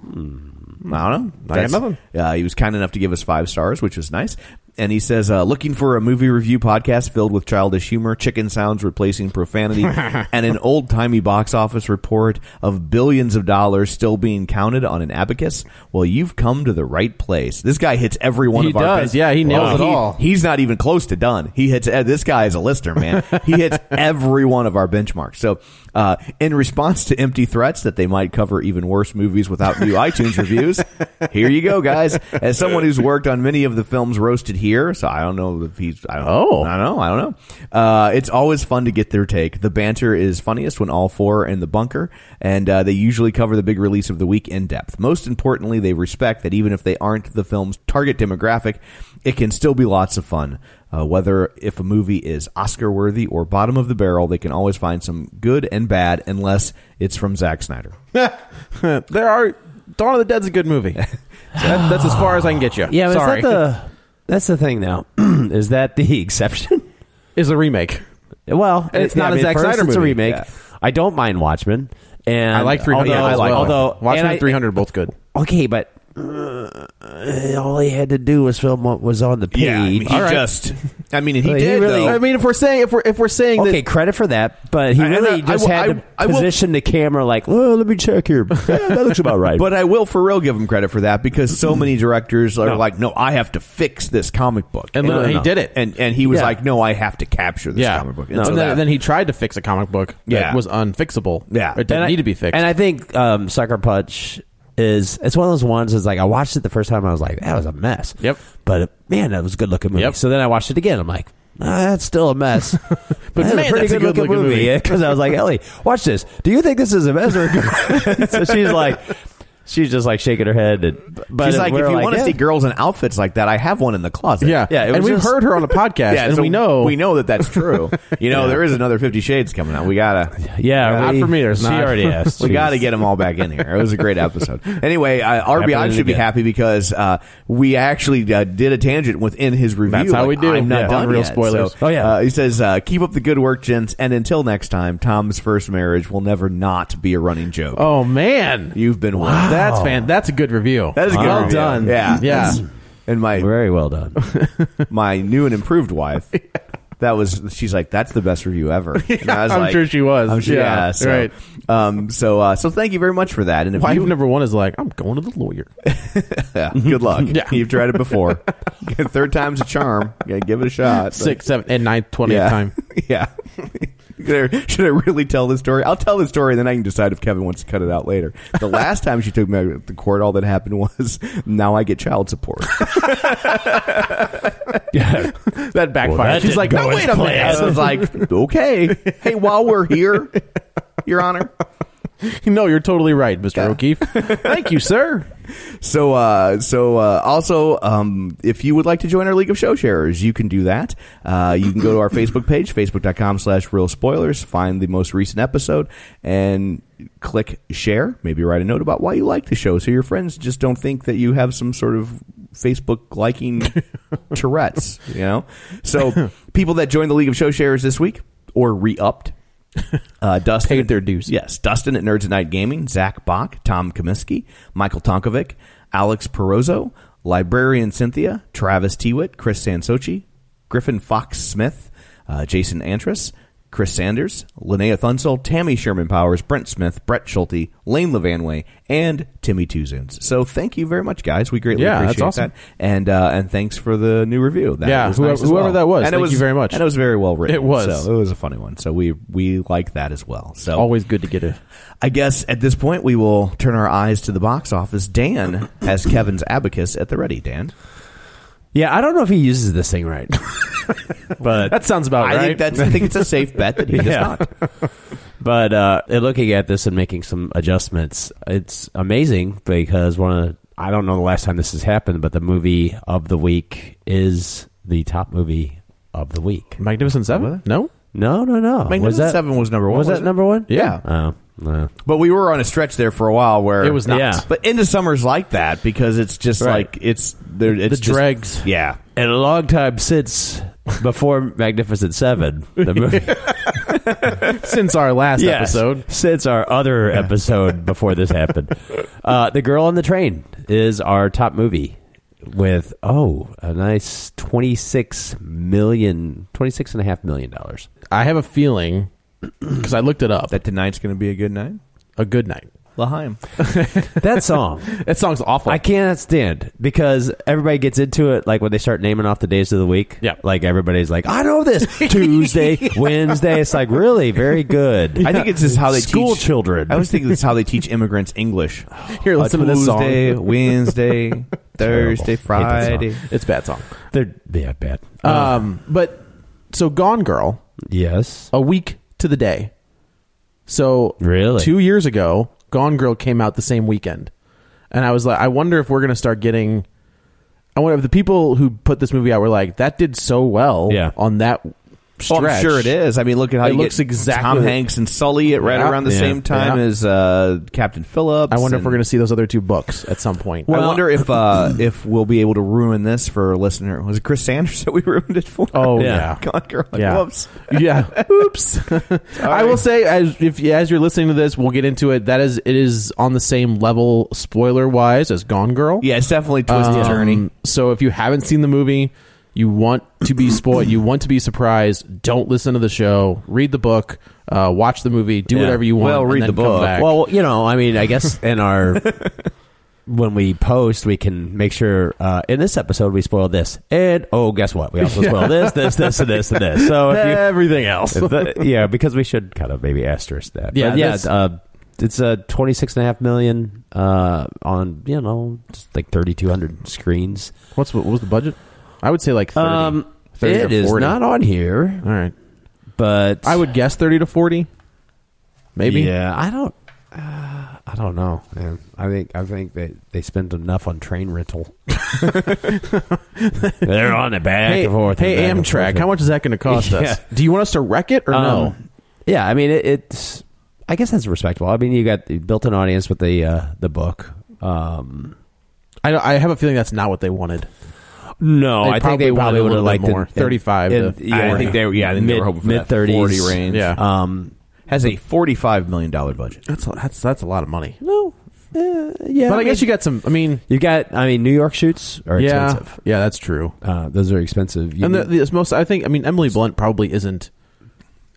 [SPEAKER 1] I don't know.
[SPEAKER 2] I got nothing.
[SPEAKER 1] Uh, he was kind enough to give us five stars, which was nice.
[SPEAKER 3] and he says, uh, looking for a movie review podcast filled with childish humor, chicken sounds replacing
[SPEAKER 2] (laughs)
[SPEAKER 3] profanity, and an old timey box office report of billions of dollars still being counted on an abacus. Well, you've come to the right place. This guy hits every one
[SPEAKER 4] He
[SPEAKER 3] of our.
[SPEAKER 4] does. Yeah, he nails it
[SPEAKER 3] He-
[SPEAKER 4] all.
[SPEAKER 3] He's not even close to done. He hits. eh, This guy is a lister, man. He
[SPEAKER 4] (laughs)
[SPEAKER 3] hits every one of our benchmarks. So, uh, in response to empty threats that they might cover even worse movies
[SPEAKER 4] (laughs)
[SPEAKER 3] without new iTunes reviews, here you go, guys. As someone who's worked on many of the films roasted here, so I don't know if he's. I don't, oh, I don't know. I don't know. Uh, it's always fun to get their take. The banter is funniest when all four are in the bunker, and uh, they usually cover the big release of the week in depth. Most importantly, they respect that even if they aren't the film's target demographic, it can still be lots of fun. Uh, whether if a movie is Oscar worthy or bottom of the barrel, they can always find some good and bad, unless it's from Zack Snyder.
[SPEAKER 4] (laughs) there are Dawn of the Dead's a good movie. So that- that's as far as I can get you.
[SPEAKER 1] (laughs) Yeah, but
[SPEAKER 4] Sorry.
[SPEAKER 1] is that the that's the thing now? (clears throat) is that the (laughs) exception?
[SPEAKER 4] Is the remake?
[SPEAKER 1] Well,
[SPEAKER 4] And it's
[SPEAKER 1] yeah,
[SPEAKER 4] not
[SPEAKER 1] I
[SPEAKER 4] a
[SPEAKER 1] mean,
[SPEAKER 4] Zack
[SPEAKER 1] first
[SPEAKER 4] Snyder
[SPEAKER 1] it's a
[SPEAKER 4] movie.
[SPEAKER 1] remake.
[SPEAKER 4] Yeah.
[SPEAKER 1] I don't mind Watchmen, and uh,
[SPEAKER 4] I like 300
[SPEAKER 1] Although,
[SPEAKER 4] as well.
[SPEAKER 1] although
[SPEAKER 4] Watchmen
[SPEAKER 1] and I-
[SPEAKER 4] and 300 are both good.
[SPEAKER 1] Okay, but uh, all he had to do was film what was on the page. All right.
[SPEAKER 3] just. I mean, he
[SPEAKER 1] Well, he
[SPEAKER 3] did.
[SPEAKER 1] really-
[SPEAKER 3] though.
[SPEAKER 4] I mean, if we're saying if we're if we're saying
[SPEAKER 1] Okay,
[SPEAKER 4] that
[SPEAKER 1] credit for that, but he
[SPEAKER 3] I- and
[SPEAKER 1] really
[SPEAKER 3] I- I
[SPEAKER 1] just
[SPEAKER 3] will-
[SPEAKER 1] had
[SPEAKER 3] I-
[SPEAKER 1] to
[SPEAKER 3] I will-
[SPEAKER 1] position the camera like, well, let me check here. (laughs) Yeah, that looks
[SPEAKER 4] (laughs)
[SPEAKER 1] about right.
[SPEAKER 3] But I will for real give him credit for that because so many directors are like, no, I have to fix this comic book,
[SPEAKER 4] And literally he did it.
[SPEAKER 3] and and he was
[SPEAKER 1] Yeah.
[SPEAKER 3] like, no, I have to capture this
[SPEAKER 4] yeah,
[SPEAKER 3] comic book.
[SPEAKER 4] and
[SPEAKER 3] so
[SPEAKER 4] then,
[SPEAKER 3] that-
[SPEAKER 4] then he tried to fix a comic book
[SPEAKER 3] Yeah.
[SPEAKER 4] that was unfixable.
[SPEAKER 3] Yeah.
[SPEAKER 4] it didn't
[SPEAKER 1] And I-
[SPEAKER 4] need to be fixed.
[SPEAKER 1] And I think um, Sucker Punch is it's one of those ones. Is like I watched it the first time, I was like, that was a mess.
[SPEAKER 4] Yep.
[SPEAKER 1] But man, that was a good looking movie.
[SPEAKER 4] Yep.
[SPEAKER 1] So then I watched it again. I'm like. "Ah, that's still a mess,
[SPEAKER 4] (laughs)
[SPEAKER 1] but
[SPEAKER 4] man, that's a good-looking movie.
[SPEAKER 1] (laughs) Because I was like, Ellie, watch this. Do you think this is a mess?
[SPEAKER 4] (laughs)
[SPEAKER 1] Or good? (laughs) so she's like, she's just like shaking her head. And, but
[SPEAKER 3] She's like, if
[SPEAKER 1] we're
[SPEAKER 3] you want to
[SPEAKER 1] yeah.
[SPEAKER 3] see girls in outfits like that, I have one in the closet.
[SPEAKER 4] yeah,
[SPEAKER 1] yeah, it
[SPEAKER 4] and
[SPEAKER 1] was
[SPEAKER 4] we've
[SPEAKER 1] just-
[SPEAKER 4] heard her (laughs) on a podcast, and
[SPEAKER 3] so
[SPEAKER 4] we know
[SPEAKER 3] we know that that's true. (laughs) You know, there is another Fifty Shades coming out. We gotta,
[SPEAKER 1] yeah,
[SPEAKER 4] Not
[SPEAKER 1] we-
[SPEAKER 4] for me, there's
[SPEAKER 1] she
[SPEAKER 4] not.
[SPEAKER 1] already asked.
[SPEAKER 3] (laughs) we
[SPEAKER 1] She's-
[SPEAKER 3] gotta get them all back in here. It was a great episode. Anyway, uh, RBI
[SPEAKER 1] Happening
[SPEAKER 3] should be
[SPEAKER 1] again.
[SPEAKER 3] happy because uh, we actually uh, did a tangent within his review.
[SPEAKER 4] That's how we do.
[SPEAKER 3] I'm not
[SPEAKER 4] Yeah.
[SPEAKER 3] done
[SPEAKER 4] Unreal
[SPEAKER 3] yet.
[SPEAKER 4] spoilers.
[SPEAKER 3] So,
[SPEAKER 1] Oh, yeah.
[SPEAKER 3] uh, he says, uh, "Keep up the good work, gents, and until next time, Tom's first marriage will never not be a running joke.
[SPEAKER 4] Oh man,
[SPEAKER 3] You've been one.
[SPEAKER 4] that's fan. That's a good review.
[SPEAKER 3] That is a good.
[SPEAKER 4] well
[SPEAKER 3] review.
[SPEAKER 4] done.
[SPEAKER 3] Yeah,
[SPEAKER 4] yeah.
[SPEAKER 3] And my
[SPEAKER 1] very well done.
[SPEAKER 3] my new and improved
[SPEAKER 4] (laughs)
[SPEAKER 3] wife. That was she's like that's the best review ever. And I was
[SPEAKER 4] I'm
[SPEAKER 3] like-
[SPEAKER 4] sure she was.
[SPEAKER 3] I'm sure-
[SPEAKER 4] Yeah,
[SPEAKER 3] yeah, so,
[SPEAKER 4] right.
[SPEAKER 3] Um, so uh, so thank you very much for that. And if
[SPEAKER 4] Wife
[SPEAKER 3] you,
[SPEAKER 4] number one is like, I'm going to the lawyer.
[SPEAKER 3] yeah, good luck.
[SPEAKER 4] (laughs) Yeah.
[SPEAKER 3] you've tried it
[SPEAKER 4] (laughs)
[SPEAKER 3] before. (laughs) Third time's a charm. Yeah, give it a shot.
[SPEAKER 4] Six, seven, and ninth, twentieth
[SPEAKER 1] (laughs)
[SPEAKER 3] yeah.
[SPEAKER 4] time.
[SPEAKER 3] (laughs) yeah. (laughs) There- Should I really tell the story? I'll tell the story, and then I can decide if Kevin wants to cut it out later. The last time she took me out to court, all that happened was (laughs) now I get child support.
[SPEAKER 4] (laughs) That backfired. She's like, no, wait a minute.
[SPEAKER 3] I was like, okay. Hey, while we're here, Your Honor.
[SPEAKER 4] (laughs) no, you're totally right, Mr. O'Keefe. Thank you,
[SPEAKER 1] (laughs)
[SPEAKER 4] sir.
[SPEAKER 3] So, uh, so uh, also, um, if you would like to join our League of Show Sharers, you can do that. Uh, you can go to our Facebook page, facebook.com slash real spoilers, find the most recent episode, and click share. Maybe write a note about why you like the show so your friends just don't think that you have some sort of Facebook liking Tourette's, you know? So, people that joined the League of Show Sharers this week or re upped, uh, Dustin
[SPEAKER 4] Paid their dues.
[SPEAKER 3] Yes, Dustin at Nerds at Night Gaming, Zach Bach, Tom Comiskey, Michael Tonkovic, Alex Perozzo, Librarian Cynthia, Travis Tewitt, Chris Sansochi, Griffin Fox Smith, uh, Jason Antris, Chris Sanders, Linnea Thunsell, Tammy Sherman Powers, Brent Smith, Brett Schulte, Lane Levanway, and Timmy Tuzoons. So thank you very much, guys. We greatly
[SPEAKER 4] Yeah, that's
[SPEAKER 3] appreciate
[SPEAKER 4] awesome.
[SPEAKER 3] that, and uh, and thanks for the new review. That
[SPEAKER 4] Yeah,
[SPEAKER 3] was
[SPEAKER 4] whoever-
[SPEAKER 3] nice as
[SPEAKER 4] whoever
[SPEAKER 3] well.
[SPEAKER 4] that was,
[SPEAKER 3] and it
[SPEAKER 4] thank
[SPEAKER 3] was
[SPEAKER 4] you very much.
[SPEAKER 3] And it was very well written.
[SPEAKER 4] It was.
[SPEAKER 3] So it was a funny one. So we we like that as well. So
[SPEAKER 4] Always good to get a.
[SPEAKER 3] I guess at this point we will turn our eyes to the box office. Dan has Kevin's abacus at the ready. Dan,
[SPEAKER 1] Yeah, I don't know if he uses this
[SPEAKER 4] (laughs)
[SPEAKER 1] thing right, but
[SPEAKER 4] That sounds about
[SPEAKER 3] I
[SPEAKER 4] right.
[SPEAKER 3] think that's I think it's a safe bet that he does
[SPEAKER 1] Yeah.
[SPEAKER 3] not.
[SPEAKER 1] But uh, in looking at this and making some adjustments, it's amazing because one of the, I don't know the last time this has happened, but the movie of the week is the top movie of the week.
[SPEAKER 4] Magnificent Seven. No,
[SPEAKER 1] No, no, no. was
[SPEAKER 3] Magnificent
[SPEAKER 1] that,
[SPEAKER 3] Seven was number one.
[SPEAKER 1] Was that
[SPEAKER 3] wasn't it?
[SPEAKER 1] number one?
[SPEAKER 3] Yeah.
[SPEAKER 1] Oh, no.
[SPEAKER 3] But we were on a stretch there for a while where
[SPEAKER 4] It was not.
[SPEAKER 1] Yeah.
[SPEAKER 3] But into summers like that because it's just
[SPEAKER 1] Right.
[SPEAKER 3] like it's there. It's
[SPEAKER 4] the
[SPEAKER 3] just-
[SPEAKER 4] dregs.
[SPEAKER 3] Yeah.
[SPEAKER 1] And a long time since before Magnificent Seven,
[SPEAKER 4] (laughs)
[SPEAKER 1] the movie.
[SPEAKER 4] Since our last
[SPEAKER 1] Yes,
[SPEAKER 4] episode,
[SPEAKER 1] since our (laughs) other episode before this happened. Uh, the Girl on the Train is our top movie
[SPEAKER 3] with oh a nice 26 million 26 and a half million dollars
[SPEAKER 1] I have a feeling (clears throat) because I looked it up
[SPEAKER 5] that tonight's going to be a good night.
[SPEAKER 1] A good night.
[SPEAKER 5] (laughs) Lahaim.
[SPEAKER 3] that song
[SPEAKER 1] That song's awful.
[SPEAKER 3] I cannot stand because everybody gets into it like when they start naming off the days of the week.
[SPEAKER 1] Yeah.
[SPEAKER 3] Like everybody's like, I
[SPEAKER 5] (laughs)
[SPEAKER 3] know this Tuesday, Wednesday. It's like really very good.
[SPEAKER 5] I think it's just how they
[SPEAKER 3] school
[SPEAKER 5] teach
[SPEAKER 3] children.
[SPEAKER 5] I always think it's how they teach immigrants
[SPEAKER 3] (sighs)
[SPEAKER 5] English.
[SPEAKER 1] Here,
[SPEAKER 5] Uh,
[SPEAKER 1] listen to this song.
[SPEAKER 5] Tuesday, (laughs)
[SPEAKER 3] (laughs)
[SPEAKER 5] Wednesday, Thursday,
[SPEAKER 3] Terrible. Hate that song.
[SPEAKER 5] Friday. Uh,
[SPEAKER 1] it's a bad song.
[SPEAKER 3] they're yeah bad. Uh,
[SPEAKER 1] Um, but so Gone Girl,
[SPEAKER 3] yes,
[SPEAKER 1] a week to the day. So
[SPEAKER 3] Really?
[SPEAKER 1] two years ago, Gone Girl came out the same weekend, and I was like, I wonder if we're gonna start getting. I wonder if the people who put this movie out were like, that did so well
[SPEAKER 3] Yeah.
[SPEAKER 1] on that
[SPEAKER 5] Well,
[SPEAKER 1] stretch.
[SPEAKER 5] Oh, I'm sure it is. I mean, look at how
[SPEAKER 1] It
[SPEAKER 5] you
[SPEAKER 1] looks
[SPEAKER 5] get
[SPEAKER 1] exactly-
[SPEAKER 5] Tom Hanks and Sully at right
[SPEAKER 1] Yeah.
[SPEAKER 5] around the
[SPEAKER 1] Yeah.
[SPEAKER 5] same time
[SPEAKER 1] Yeah.
[SPEAKER 5] as uh, Captain Phillips.
[SPEAKER 1] I wonder if
[SPEAKER 5] and-
[SPEAKER 1] we're gonna see those other two books at some point.
[SPEAKER 5] I wonder if uh, (clears throat) if we'll be able to ruin this for a listener. Was it Chris Sanders (laughs) that we ruined it for? (laughs)
[SPEAKER 1] Oh, Yeah. yeah.
[SPEAKER 5] God, girl, like,
[SPEAKER 1] yeah.
[SPEAKER 5] whoops.
[SPEAKER 1] yeah. Oops. I will say, as if as you're listening to this, we'll get into it. That is, it is on the same level, spoiler wise, as Gone Girl.
[SPEAKER 5] (laughs) Yeah, it's definitely twisted
[SPEAKER 1] Um,
[SPEAKER 5] turning.
[SPEAKER 1] So if you haven't seen the movie, you want to be spoiled, you want to be surprised. Don't listen to the show. Read the book. Uh, watch the movie. Do
[SPEAKER 3] Yeah.
[SPEAKER 1] whatever you want.
[SPEAKER 5] Well,
[SPEAKER 1] and
[SPEAKER 5] read
[SPEAKER 1] then
[SPEAKER 5] the
[SPEAKER 1] come
[SPEAKER 5] book.
[SPEAKER 1] back.
[SPEAKER 3] Well, you know, I mean,
[SPEAKER 5] (laughs)
[SPEAKER 3] I guess in our when we post, we can make sure uh, in this episode we spoil this, and oh, guess what?
[SPEAKER 5] (laughs)
[SPEAKER 3] We also spoil this, this, this, and this, and this. So if you,
[SPEAKER 1] everything (laughs) else.
[SPEAKER 3] if the- yeah, because we should kind of maybe asterisk that.
[SPEAKER 1] Yeah,
[SPEAKER 3] but yeah.
[SPEAKER 1] this-
[SPEAKER 3] Uh, it's a twenty six and a half million uh, on you know just like thirty two hundred screens.
[SPEAKER 1] What's what was the (laughs) budget? I would say like thirty.
[SPEAKER 3] Um,
[SPEAKER 1] 30
[SPEAKER 3] it
[SPEAKER 1] to
[SPEAKER 3] is
[SPEAKER 1] 40.
[SPEAKER 3] not on here,
[SPEAKER 1] All right.
[SPEAKER 3] but
[SPEAKER 1] I would guess thirty to forty. Maybe.
[SPEAKER 3] Yeah, I don't. Uh, I don't know. Man. I think I think they they spend enough on
[SPEAKER 1] (laughs)
[SPEAKER 3] train rental. (laughs) They're on it back
[SPEAKER 1] Hey,
[SPEAKER 3] and forth. and
[SPEAKER 1] hey
[SPEAKER 3] back and
[SPEAKER 1] Amtrak,
[SPEAKER 3] forth.
[SPEAKER 1] how much is that going
[SPEAKER 5] (laughs)
[SPEAKER 1] to cost
[SPEAKER 3] Yeah.
[SPEAKER 1] us? Do you want us to wreck it or no?
[SPEAKER 3] Um, Yeah, I mean it, it's. I guess that's respectable. I mean, you got you built an audience with the uh, the book. Um,
[SPEAKER 1] I, I have a feeling that's not what they wanted.
[SPEAKER 3] no,
[SPEAKER 1] They
[SPEAKER 3] I think
[SPEAKER 1] probably
[SPEAKER 3] they
[SPEAKER 1] wanted
[SPEAKER 3] probably
[SPEAKER 1] a
[SPEAKER 3] would have
[SPEAKER 1] little
[SPEAKER 3] liked
[SPEAKER 1] bit
[SPEAKER 3] it
[SPEAKER 1] more.
[SPEAKER 3] in-
[SPEAKER 1] 35
[SPEAKER 3] in-
[SPEAKER 1] to
[SPEAKER 3] yeah,
[SPEAKER 5] I think they were- yeah, I think they were
[SPEAKER 3] mid-
[SPEAKER 5] hoping for that
[SPEAKER 3] mid-thirties.
[SPEAKER 5] 40 range.
[SPEAKER 1] Yeah.
[SPEAKER 3] Um,
[SPEAKER 5] Has a forty-five million dollar budget.
[SPEAKER 1] That's a, that's that's a lot of money.
[SPEAKER 3] no. eh, yeah,
[SPEAKER 1] but I guess you got some. I mean,
[SPEAKER 3] you got. I mean, New York shoots are
[SPEAKER 1] yeah,
[SPEAKER 3] expensive.
[SPEAKER 1] yeah, that's true.
[SPEAKER 3] Uh, those are expensive. You
[SPEAKER 1] and the,
[SPEAKER 3] need-
[SPEAKER 1] the, it's most, I think, I mean, Emily Blunt probably isn't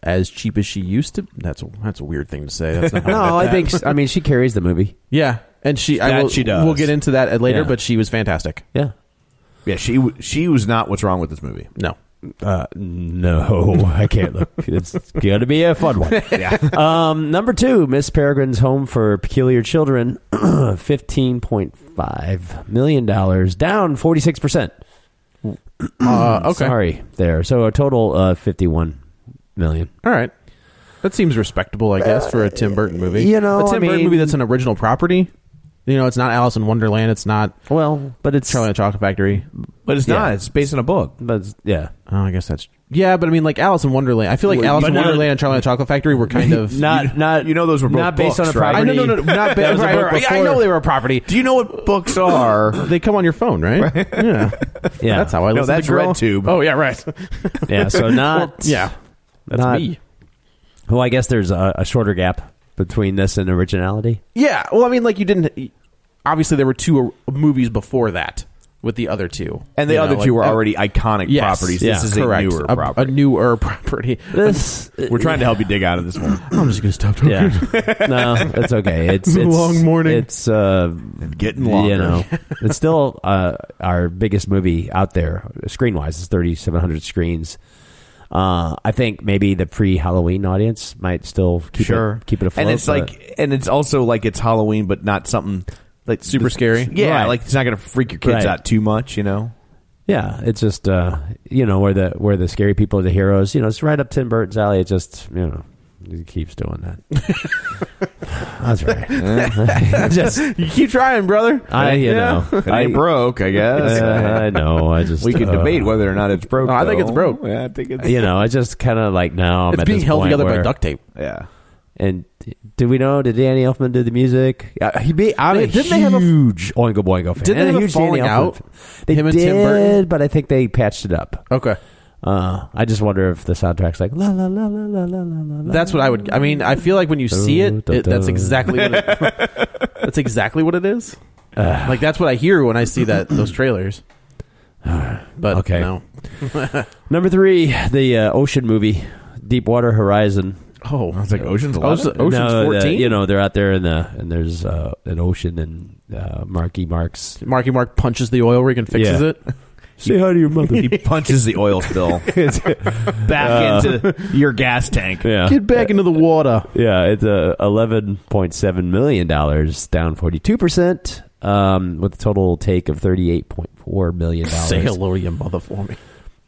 [SPEAKER 1] as cheap as she used to. That's a, that's a weird thing to say. That's (laughs)
[SPEAKER 3] (laughs)
[SPEAKER 1] not how
[SPEAKER 3] no,
[SPEAKER 1] meant
[SPEAKER 3] I
[SPEAKER 1] that.
[SPEAKER 3] think I mean she carries the movie.
[SPEAKER 1] yeah, and she I
[SPEAKER 5] That
[SPEAKER 1] will,
[SPEAKER 5] she does.
[SPEAKER 1] We'll get into that later,
[SPEAKER 3] Yeah.
[SPEAKER 1] but she was fantastic.
[SPEAKER 3] Yeah.
[SPEAKER 5] Yeah, she w- she was not what's wrong with this movie.
[SPEAKER 1] No,
[SPEAKER 3] Uh, no, (laughs) I can't look. It's gonna be a
[SPEAKER 1] (laughs)
[SPEAKER 3] fun one. yeah. (laughs) Um, number two, Miss Peregrine's Home for Peculiar Children, (clears throat) fifteen point five million dollars, down forty six percent.
[SPEAKER 5] Mm,
[SPEAKER 1] uh, okay,
[SPEAKER 3] Sorry, there. So a total uh, fifty one million.
[SPEAKER 1] all right. That seems respectable, I guess, for a
[SPEAKER 5] Uh,
[SPEAKER 1] Tim Burton movie.
[SPEAKER 3] you know,
[SPEAKER 1] a Tim
[SPEAKER 3] I
[SPEAKER 1] Burton
[SPEAKER 3] mean-
[SPEAKER 1] movie that's an original property. You know, it's not Alice in Wonderland. It's not
[SPEAKER 3] Well, but it's
[SPEAKER 1] Charlie and the Chocolate Factory.
[SPEAKER 5] But it's
[SPEAKER 3] Yeah.
[SPEAKER 5] not. It's based on a book.
[SPEAKER 3] but it's- yeah,
[SPEAKER 1] Oh, I guess that's yeah. But I mean, like Alice in Wonderland. I feel like
[SPEAKER 5] Well,
[SPEAKER 1] Alice
[SPEAKER 5] but
[SPEAKER 1] in
[SPEAKER 5] not-
[SPEAKER 1] Wonderland and Charlie and the Chocolate Factory were kind of (laughs)
[SPEAKER 3] (laughs) not not
[SPEAKER 5] you know those were both
[SPEAKER 3] not based
[SPEAKER 5] books,
[SPEAKER 3] on a
[SPEAKER 5] right?
[SPEAKER 3] property.
[SPEAKER 1] I know, no, no, no,
[SPEAKER 3] (laughs)
[SPEAKER 1] not
[SPEAKER 3] That
[SPEAKER 1] ba-
[SPEAKER 3] was a
[SPEAKER 1] right,
[SPEAKER 3] book
[SPEAKER 1] right, right. I
[SPEAKER 3] before.
[SPEAKER 1] know they were a property.
[SPEAKER 5] Do you know what
[SPEAKER 3] (laughs)
[SPEAKER 5] books are?
[SPEAKER 1] They come on your phone, right? Yeah,
[SPEAKER 5] (laughs)
[SPEAKER 3] Yeah,
[SPEAKER 1] (laughs) that's how I
[SPEAKER 5] No,
[SPEAKER 1] listen
[SPEAKER 5] that's
[SPEAKER 1] to Girl. (laughs)
[SPEAKER 5] RedTube.
[SPEAKER 1] Oh
[SPEAKER 5] (laughs)
[SPEAKER 1] yeah, right.
[SPEAKER 3] Yeah, so not
[SPEAKER 1] yeah, that's
[SPEAKER 3] not-
[SPEAKER 1] me.
[SPEAKER 3] Well, I guess there's a, a shorter gap between this and originality.
[SPEAKER 1] Yeah. Well, I mean, like you didn't. Obviously, there were two uh, movies before that with the other two,
[SPEAKER 5] And the
[SPEAKER 1] You know,
[SPEAKER 5] other
[SPEAKER 1] like-
[SPEAKER 5] two were
[SPEAKER 1] uh,
[SPEAKER 5] already iconic
[SPEAKER 1] yes,
[SPEAKER 5] properties.
[SPEAKER 1] yeah,
[SPEAKER 5] this is
[SPEAKER 1] correct.
[SPEAKER 5] a newer
[SPEAKER 1] a,
[SPEAKER 5] property.
[SPEAKER 1] A newer (laughs) property.
[SPEAKER 3] This
[SPEAKER 5] We're trying to help you dig out of this one.
[SPEAKER 1] I'm just gonna stop talking. (laughs)
[SPEAKER 3] Yeah, no, it's okay. It's,
[SPEAKER 1] Been a
[SPEAKER 3] it's
[SPEAKER 1] long morning.
[SPEAKER 3] It's uh,
[SPEAKER 5] Getting longer.
[SPEAKER 3] You know, it's still uh, our biggest movie out there screen wise. It's thirty seven hundred screens. Uh, I think maybe the pre Halloween audience might still keep it, keep it afloat.
[SPEAKER 5] And it's
[SPEAKER 3] but-
[SPEAKER 5] like, and it's also like it's Halloween, but not something like
[SPEAKER 1] Super scary?
[SPEAKER 5] Yeah,
[SPEAKER 3] Right.
[SPEAKER 5] like it's not going to freak your kids
[SPEAKER 3] Right.
[SPEAKER 5] out too much, you know.
[SPEAKER 3] yeah, it's just uh, you know where the where the scary people are the heroes. You know, it's right up Tim Burton's alley. It just you know. He keeps doing that.
[SPEAKER 1] (laughs)
[SPEAKER 3] That's right.
[SPEAKER 5] (laughs)
[SPEAKER 3] (laughs) just
[SPEAKER 1] You keep trying, brother.
[SPEAKER 3] I
[SPEAKER 1] (laughs)
[SPEAKER 3] you know
[SPEAKER 5] I broke, I guess.
[SPEAKER 3] Uh,
[SPEAKER 5] (laughs)
[SPEAKER 3] I know. I just
[SPEAKER 5] we could
[SPEAKER 3] uh,
[SPEAKER 5] debate whether or not it's broke.
[SPEAKER 1] No, I think
[SPEAKER 5] though.
[SPEAKER 1] it's broke.
[SPEAKER 5] Yeah, I think it's
[SPEAKER 3] You know, I just kind of like now I'm
[SPEAKER 1] it's
[SPEAKER 3] at
[SPEAKER 1] being
[SPEAKER 3] this
[SPEAKER 1] held
[SPEAKER 3] point
[SPEAKER 1] together by
[SPEAKER 3] where-
[SPEAKER 1] duct tape.
[SPEAKER 5] yeah.
[SPEAKER 3] And d- did we know? Did Danny Elfman do the music? Uh, he be I'm
[SPEAKER 1] They-
[SPEAKER 3] a
[SPEAKER 1] didn't
[SPEAKER 3] huge
[SPEAKER 1] they have a-
[SPEAKER 3] Oingo Boingo fan.
[SPEAKER 1] Didn't they
[SPEAKER 3] and
[SPEAKER 1] have a
[SPEAKER 3] huge
[SPEAKER 1] falling
[SPEAKER 3] Danny Elfman
[SPEAKER 1] out,
[SPEAKER 3] fan. They
[SPEAKER 1] him and
[SPEAKER 3] did,
[SPEAKER 1] Tim Burton?
[SPEAKER 3] but I think they patched it up.
[SPEAKER 1] Okay,
[SPEAKER 3] Uh, I just wonder if the soundtrack's like la la la la la la la la.
[SPEAKER 1] that's what I would. (laughs) I mean, I feel like when you see it, it that's exactly what it, that's exactly what it is.
[SPEAKER 2] like that's what I hear when I see that those
[SPEAKER 1] (sighs)
[SPEAKER 2] trailers. But
[SPEAKER 3] Okay.
[SPEAKER 2] no.
[SPEAKER 3] Number three, the uh, ocean movie, Deepwater Horizon.
[SPEAKER 2] Oh, I was
[SPEAKER 1] like, Ocean's Eleven?
[SPEAKER 2] Ocean's
[SPEAKER 3] No, the-
[SPEAKER 2] fourteen.
[SPEAKER 3] you know, they're out there in the and there's uh, an ocean and uh, Marky Mark's.
[SPEAKER 2] Marky Mark punches the oil rig and fixes
[SPEAKER 3] Yeah.
[SPEAKER 2] it.
[SPEAKER 3] Say hi to your (laughs) mother.
[SPEAKER 2] (laughs)
[SPEAKER 1] He punches the oil spill back into your gas tank.
[SPEAKER 3] yeah,
[SPEAKER 2] Get back into the water.
[SPEAKER 3] yeah. It's uh, eleven point seven million dollars, down forty two percent, um, with a total take of thirty eight point four million
[SPEAKER 2] Say
[SPEAKER 3] dollars.
[SPEAKER 2] hello to your mother for me.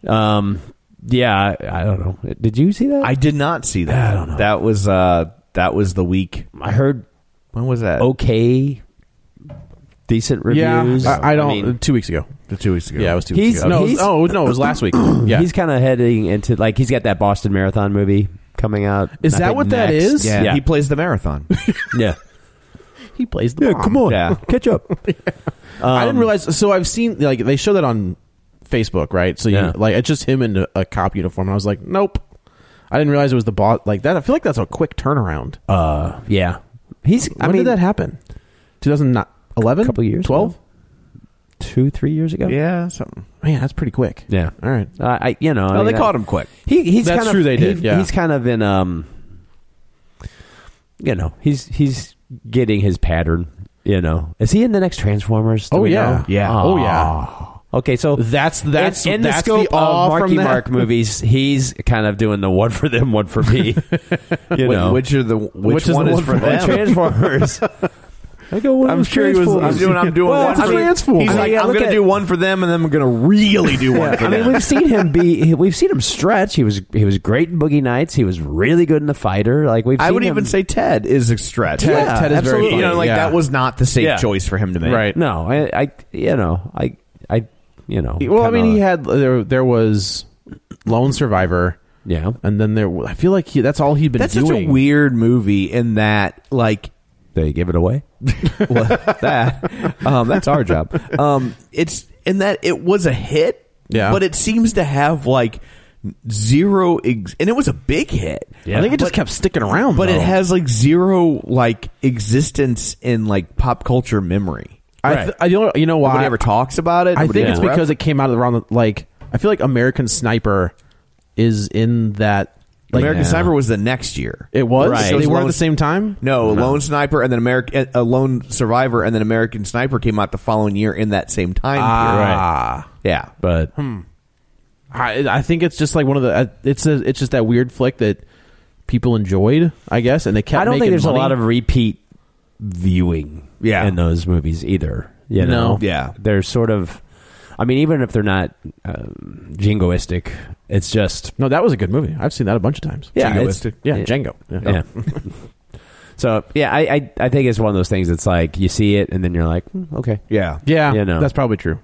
[SPEAKER 3] Um, yeah, I, I don't know. Did you see that?
[SPEAKER 1] I did not see that.
[SPEAKER 3] I don't know.
[SPEAKER 1] That was uh, that was the week.
[SPEAKER 3] I heard
[SPEAKER 1] When was that?
[SPEAKER 3] okay, decent reviews.
[SPEAKER 2] Yeah, I, I don't.
[SPEAKER 3] mean,
[SPEAKER 2] Uh, two weeks ago.
[SPEAKER 1] The two weeks ago.
[SPEAKER 2] Yeah, it was two
[SPEAKER 3] He's-
[SPEAKER 2] weeks ago. No, it was-
[SPEAKER 3] he's-
[SPEAKER 2] oh no, it was last (clears throat) week. Yeah,
[SPEAKER 3] He's kind of heading into like he's got that Boston Marathon movie coming out.
[SPEAKER 2] Is
[SPEAKER 3] I
[SPEAKER 2] that
[SPEAKER 3] think
[SPEAKER 2] what that
[SPEAKER 3] next.
[SPEAKER 2] is?
[SPEAKER 1] Yeah,
[SPEAKER 3] Yeah.
[SPEAKER 1] he plays the marathon.
[SPEAKER 3] Yeah.
[SPEAKER 2] he plays the. bomb.
[SPEAKER 1] (laughs) Yeah.
[SPEAKER 3] catch up.
[SPEAKER 2] I
[SPEAKER 3] Um,
[SPEAKER 2] didn't realize. So I've seen like they show that on Facebook, right? So you,
[SPEAKER 3] Yeah.
[SPEAKER 2] like it's just him in a, a cop uniform. And I was like, nope. I didn't realize it was the boss like that. I feel like that's a quick turnaround.
[SPEAKER 3] Uh, yeah, he's.
[SPEAKER 2] when
[SPEAKER 3] I mean,
[SPEAKER 2] did that happen? 2011?
[SPEAKER 3] Couple years ago.
[SPEAKER 2] 12?
[SPEAKER 3] two, three years ago.
[SPEAKER 1] yeah, something.
[SPEAKER 2] Man, that's pretty quick.
[SPEAKER 3] Yeah.
[SPEAKER 2] All right.
[SPEAKER 3] Uh, I, you know, I
[SPEAKER 1] Oh,
[SPEAKER 3] mean,
[SPEAKER 1] they
[SPEAKER 3] I-
[SPEAKER 1] caught him quick.
[SPEAKER 3] He, he's
[SPEAKER 2] That's
[SPEAKER 3] kind of,
[SPEAKER 2] true, they did,
[SPEAKER 3] he-
[SPEAKER 2] yeah.
[SPEAKER 3] he's kind of in um, you know, he's he's getting his pattern. You know, is he in the next Transformers? Do
[SPEAKER 2] Oh,
[SPEAKER 3] we
[SPEAKER 2] yeah.
[SPEAKER 3] know?
[SPEAKER 2] Yeah. Oh, yeah.
[SPEAKER 3] Aw. Okay, so
[SPEAKER 2] That's that's
[SPEAKER 3] in, in
[SPEAKER 2] that's
[SPEAKER 3] the scope
[SPEAKER 2] awe from
[SPEAKER 3] of Marky
[SPEAKER 2] that. (laughs)
[SPEAKER 3] Mark movies, he's kind of doing the one for them, one
[SPEAKER 2] (laughs)
[SPEAKER 3] for me. you
[SPEAKER 1] Wh-
[SPEAKER 3] know,
[SPEAKER 1] Which are the which,
[SPEAKER 2] Which is
[SPEAKER 1] one
[SPEAKER 2] the
[SPEAKER 1] is
[SPEAKER 2] one
[SPEAKER 1] for
[SPEAKER 2] for
[SPEAKER 1] them?
[SPEAKER 3] Transformers. I go. One
[SPEAKER 2] I'm
[SPEAKER 3] was
[SPEAKER 2] sure he was-
[SPEAKER 3] Transformers.
[SPEAKER 1] (laughs) I'm doing. I'm doing
[SPEAKER 3] Well,
[SPEAKER 1] one.
[SPEAKER 3] I
[SPEAKER 1] for,
[SPEAKER 3] mean,
[SPEAKER 1] He's
[SPEAKER 3] I mean,
[SPEAKER 1] like,
[SPEAKER 3] yeah,
[SPEAKER 1] I'm
[SPEAKER 3] look
[SPEAKER 1] gonna
[SPEAKER 3] at-
[SPEAKER 1] do one for them, and then I'm gonna really do one for
[SPEAKER 3] I mean,
[SPEAKER 1] them.
[SPEAKER 3] we've seen him be. We've seen him stretch. He was. He was great in Boogie Nights. He was really good in the fighter. Like we've.
[SPEAKER 1] I
[SPEAKER 3] seen
[SPEAKER 1] would
[SPEAKER 3] him-
[SPEAKER 1] even say Ted is a stretch.
[SPEAKER 2] Ted- Yeah, Ted is very
[SPEAKER 1] absolutely. You know,
[SPEAKER 2] funny,
[SPEAKER 1] like
[SPEAKER 2] yeah.
[SPEAKER 1] that was not the safe
[SPEAKER 3] Yeah.
[SPEAKER 1] choice for him to make.
[SPEAKER 2] Right.
[SPEAKER 3] No, I, I. You know, I. I. You know.
[SPEAKER 2] Well, I mean,
[SPEAKER 3] kinda-
[SPEAKER 2] he had there there was Lone Survivor
[SPEAKER 3] Yeah.
[SPEAKER 2] and then there I feel like he, that's all he'd been
[SPEAKER 1] That's
[SPEAKER 2] doing.
[SPEAKER 1] such a weird movie in that, like,
[SPEAKER 3] They give it away.
[SPEAKER 1] well, that um, that's our job. Um, it's in that it was a hit,
[SPEAKER 2] Yeah.
[SPEAKER 1] but it seems to have like zero, ex- and it was a big hit.
[SPEAKER 3] Yeah.
[SPEAKER 2] I think it just
[SPEAKER 1] But-
[SPEAKER 2] kept sticking around.
[SPEAKER 1] but
[SPEAKER 2] though.
[SPEAKER 1] it has like zero like existence in like pop culture memory.
[SPEAKER 2] I,
[SPEAKER 3] Right.
[SPEAKER 2] th- I don't you know why
[SPEAKER 1] Nobody ever talks about it.
[SPEAKER 2] I
[SPEAKER 1] Nobody
[SPEAKER 2] think it's
[SPEAKER 1] ever
[SPEAKER 2] because it came out of the wrong like I feel like American Sniper is in that like
[SPEAKER 1] American
[SPEAKER 3] Yeah.
[SPEAKER 1] Sniper was the next year.
[SPEAKER 2] It was?
[SPEAKER 3] Right.
[SPEAKER 2] They
[SPEAKER 1] it was
[SPEAKER 2] were at
[SPEAKER 1] Lone-
[SPEAKER 2] the same time?
[SPEAKER 1] No, Lone Sniper and then American uh, Lone Survivor and then American Sniper came out the following year in that same time
[SPEAKER 2] Ah.
[SPEAKER 1] period. Yeah.
[SPEAKER 3] But
[SPEAKER 2] I, I think it's just like one of the. uh, It's a, it's just that weird flick that people enjoyed, I guess, and they kept.
[SPEAKER 3] I don't think
[SPEAKER 2] making
[SPEAKER 3] there's
[SPEAKER 2] money.
[SPEAKER 3] a lot of repeat viewing.
[SPEAKER 1] Yeah.
[SPEAKER 3] In those movies either.
[SPEAKER 2] No.
[SPEAKER 3] You know.
[SPEAKER 1] Yeah.
[SPEAKER 3] They're sort of. I mean, even if they're not um, jingoistic, it's just
[SPEAKER 2] No, that was a good movie. I've seen that a bunch of times.
[SPEAKER 3] Yeah,
[SPEAKER 2] Django.
[SPEAKER 3] it's-
[SPEAKER 2] yeah,
[SPEAKER 3] yeah.
[SPEAKER 2] Django. Yeah.
[SPEAKER 1] (laughs)
[SPEAKER 3] Yeah. so yeah, I, I I think it's one of those things. It's like you see it and then you're like, "Hmm, okay,
[SPEAKER 1] Yeah.
[SPEAKER 2] Yeah,
[SPEAKER 3] You know.
[SPEAKER 2] that's probably true.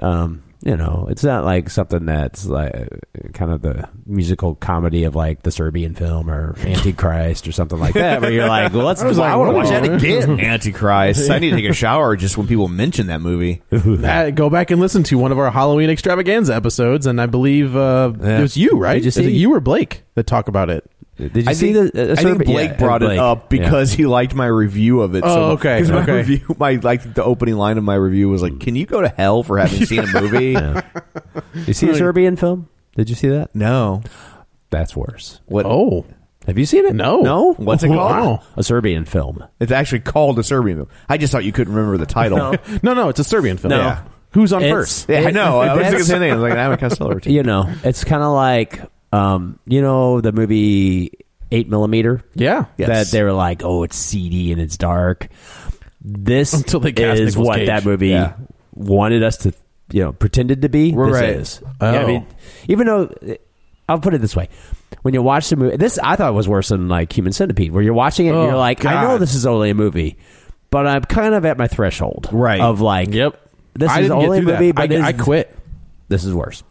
[SPEAKER 3] um, you know, it's not like something that's like uh, kind of the musical comedy of like the Serbian film
[SPEAKER 1] (laughs)
[SPEAKER 3] or Antichrist or something like that, where you're like, well, let's
[SPEAKER 2] was like,
[SPEAKER 3] I wanna
[SPEAKER 2] whoa.
[SPEAKER 3] watch that
[SPEAKER 1] (laughs)
[SPEAKER 3] again.
[SPEAKER 1] Antichrist. I need to take a shower just when people mention that
[SPEAKER 3] (laughs)
[SPEAKER 1] movie.
[SPEAKER 2] Uh, go back and listen to one of our Halloween extravaganza episodes, and I believe uh,
[SPEAKER 3] Yeah.
[SPEAKER 2] it was you, right?
[SPEAKER 3] Did you
[SPEAKER 2] Is
[SPEAKER 3] see-
[SPEAKER 2] it you or Blake that talk about it?
[SPEAKER 3] Did you
[SPEAKER 1] I
[SPEAKER 3] see
[SPEAKER 1] think,
[SPEAKER 3] the? Uh,
[SPEAKER 1] I think
[SPEAKER 3] Serbi-
[SPEAKER 1] Blake
[SPEAKER 3] yeah,
[SPEAKER 1] brought it
[SPEAKER 3] Blake.
[SPEAKER 1] up
[SPEAKER 3] Yeah.
[SPEAKER 1] because he liked my review of it.
[SPEAKER 2] Oh,
[SPEAKER 1] so,
[SPEAKER 2] okay,
[SPEAKER 1] (laughs) 'cause my
[SPEAKER 2] okay.
[SPEAKER 1] review, my like the opening line of my review was like, "Can you go to hell for having seen a
[SPEAKER 3] (laughs)
[SPEAKER 1] movie?"
[SPEAKER 3] you see the Serbian film? Did you see that?
[SPEAKER 1] No.
[SPEAKER 3] That's worse.
[SPEAKER 1] What?
[SPEAKER 2] Oh,
[SPEAKER 3] Have you seen it?
[SPEAKER 2] No.
[SPEAKER 3] no.
[SPEAKER 1] What's it called?
[SPEAKER 2] Wow.
[SPEAKER 3] A Serbian film.
[SPEAKER 1] It's actually called a Serbian movie. I just thought you couldn't remember the title. (laughs)
[SPEAKER 2] no, no, it's a Serbian film.
[SPEAKER 3] No.
[SPEAKER 2] Yeah. who's on
[SPEAKER 3] It's-
[SPEAKER 2] first?
[SPEAKER 1] Yeah, I
[SPEAKER 3] It- (laughs)
[SPEAKER 1] know. I was thinking the
[SPEAKER 3] that's-
[SPEAKER 1] same thing. I was like, I'm a Costello routine.
[SPEAKER 3] you know, it's kind of like, um, you know, the movie Eight Millimeter.
[SPEAKER 2] Yeah,
[SPEAKER 3] That they were like, oh, it's seedy and it's dark. This
[SPEAKER 2] (laughs) Until they cast
[SPEAKER 3] is
[SPEAKER 2] Nicolas
[SPEAKER 3] what
[SPEAKER 2] Cage.
[SPEAKER 3] that movie
[SPEAKER 1] Yeah.
[SPEAKER 3] wanted us to, you know, pretended to be.
[SPEAKER 1] Right.
[SPEAKER 3] This is. Yeah, I
[SPEAKER 2] Oh.
[SPEAKER 3] mean, even though, eh, I'll put it this way. When you watch the movie, this I thought was worse than like Human Centipede, where you're watching it and
[SPEAKER 2] Oh,
[SPEAKER 3] you're like, I know
[SPEAKER 2] God.
[SPEAKER 3] this is only a movie, but I'm kind of at my threshold
[SPEAKER 1] Right.
[SPEAKER 3] of like,
[SPEAKER 2] Yep.
[SPEAKER 3] this
[SPEAKER 2] (laughs) I
[SPEAKER 3] is
[SPEAKER 2] didn't get
[SPEAKER 3] only a
[SPEAKER 2] through that.
[SPEAKER 3] movie, but
[SPEAKER 2] I-
[SPEAKER 3] it is-
[SPEAKER 2] I quit.
[SPEAKER 3] This is worse.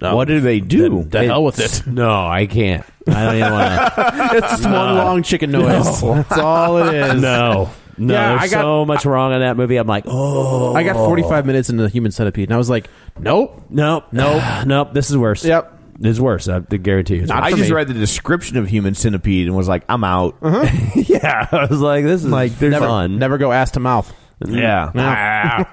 [SPEAKER 1] What do they do?
[SPEAKER 2] The hell with it.
[SPEAKER 3] No, I can't. I don't even want
[SPEAKER 2] (laughs)
[SPEAKER 3] to.
[SPEAKER 2] It's just one long chicken noise. (laughs) That's all it is.
[SPEAKER 3] No, no.
[SPEAKER 2] Yeah,
[SPEAKER 3] there's
[SPEAKER 2] I got-
[SPEAKER 3] so much wrong in that movie. I'm like, oh,
[SPEAKER 2] I got 45 minutes into the human centipede, and I was like, nope.
[SPEAKER 3] nope, nope, nope. This is worse.
[SPEAKER 2] Yep.
[SPEAKER 3] this is worse. I guarantee you. it's
[SPEAKER 2] Not
[SPEAKER 1] I
[SPEAKER 2] for
[SPEAKER 1] just
[SPEAKER 2] me.
[SPEAKER 3] (laughs)
[SPEAKER 1] read the description of Human
[SPEAKER 3] Uh-huh.
[SPEAKER 1] Centipede and was like, I'm out.
[SPEAKER 3] worse. yeah, I was like, this is like
[SPEAKER 1] there's
[SPEAKER 3] fun.
[SPEAKER 2] Never go ass to mouth. (laughs)
[SPEAKER 1] Yeah.
[SPEAKER 3] (laughs)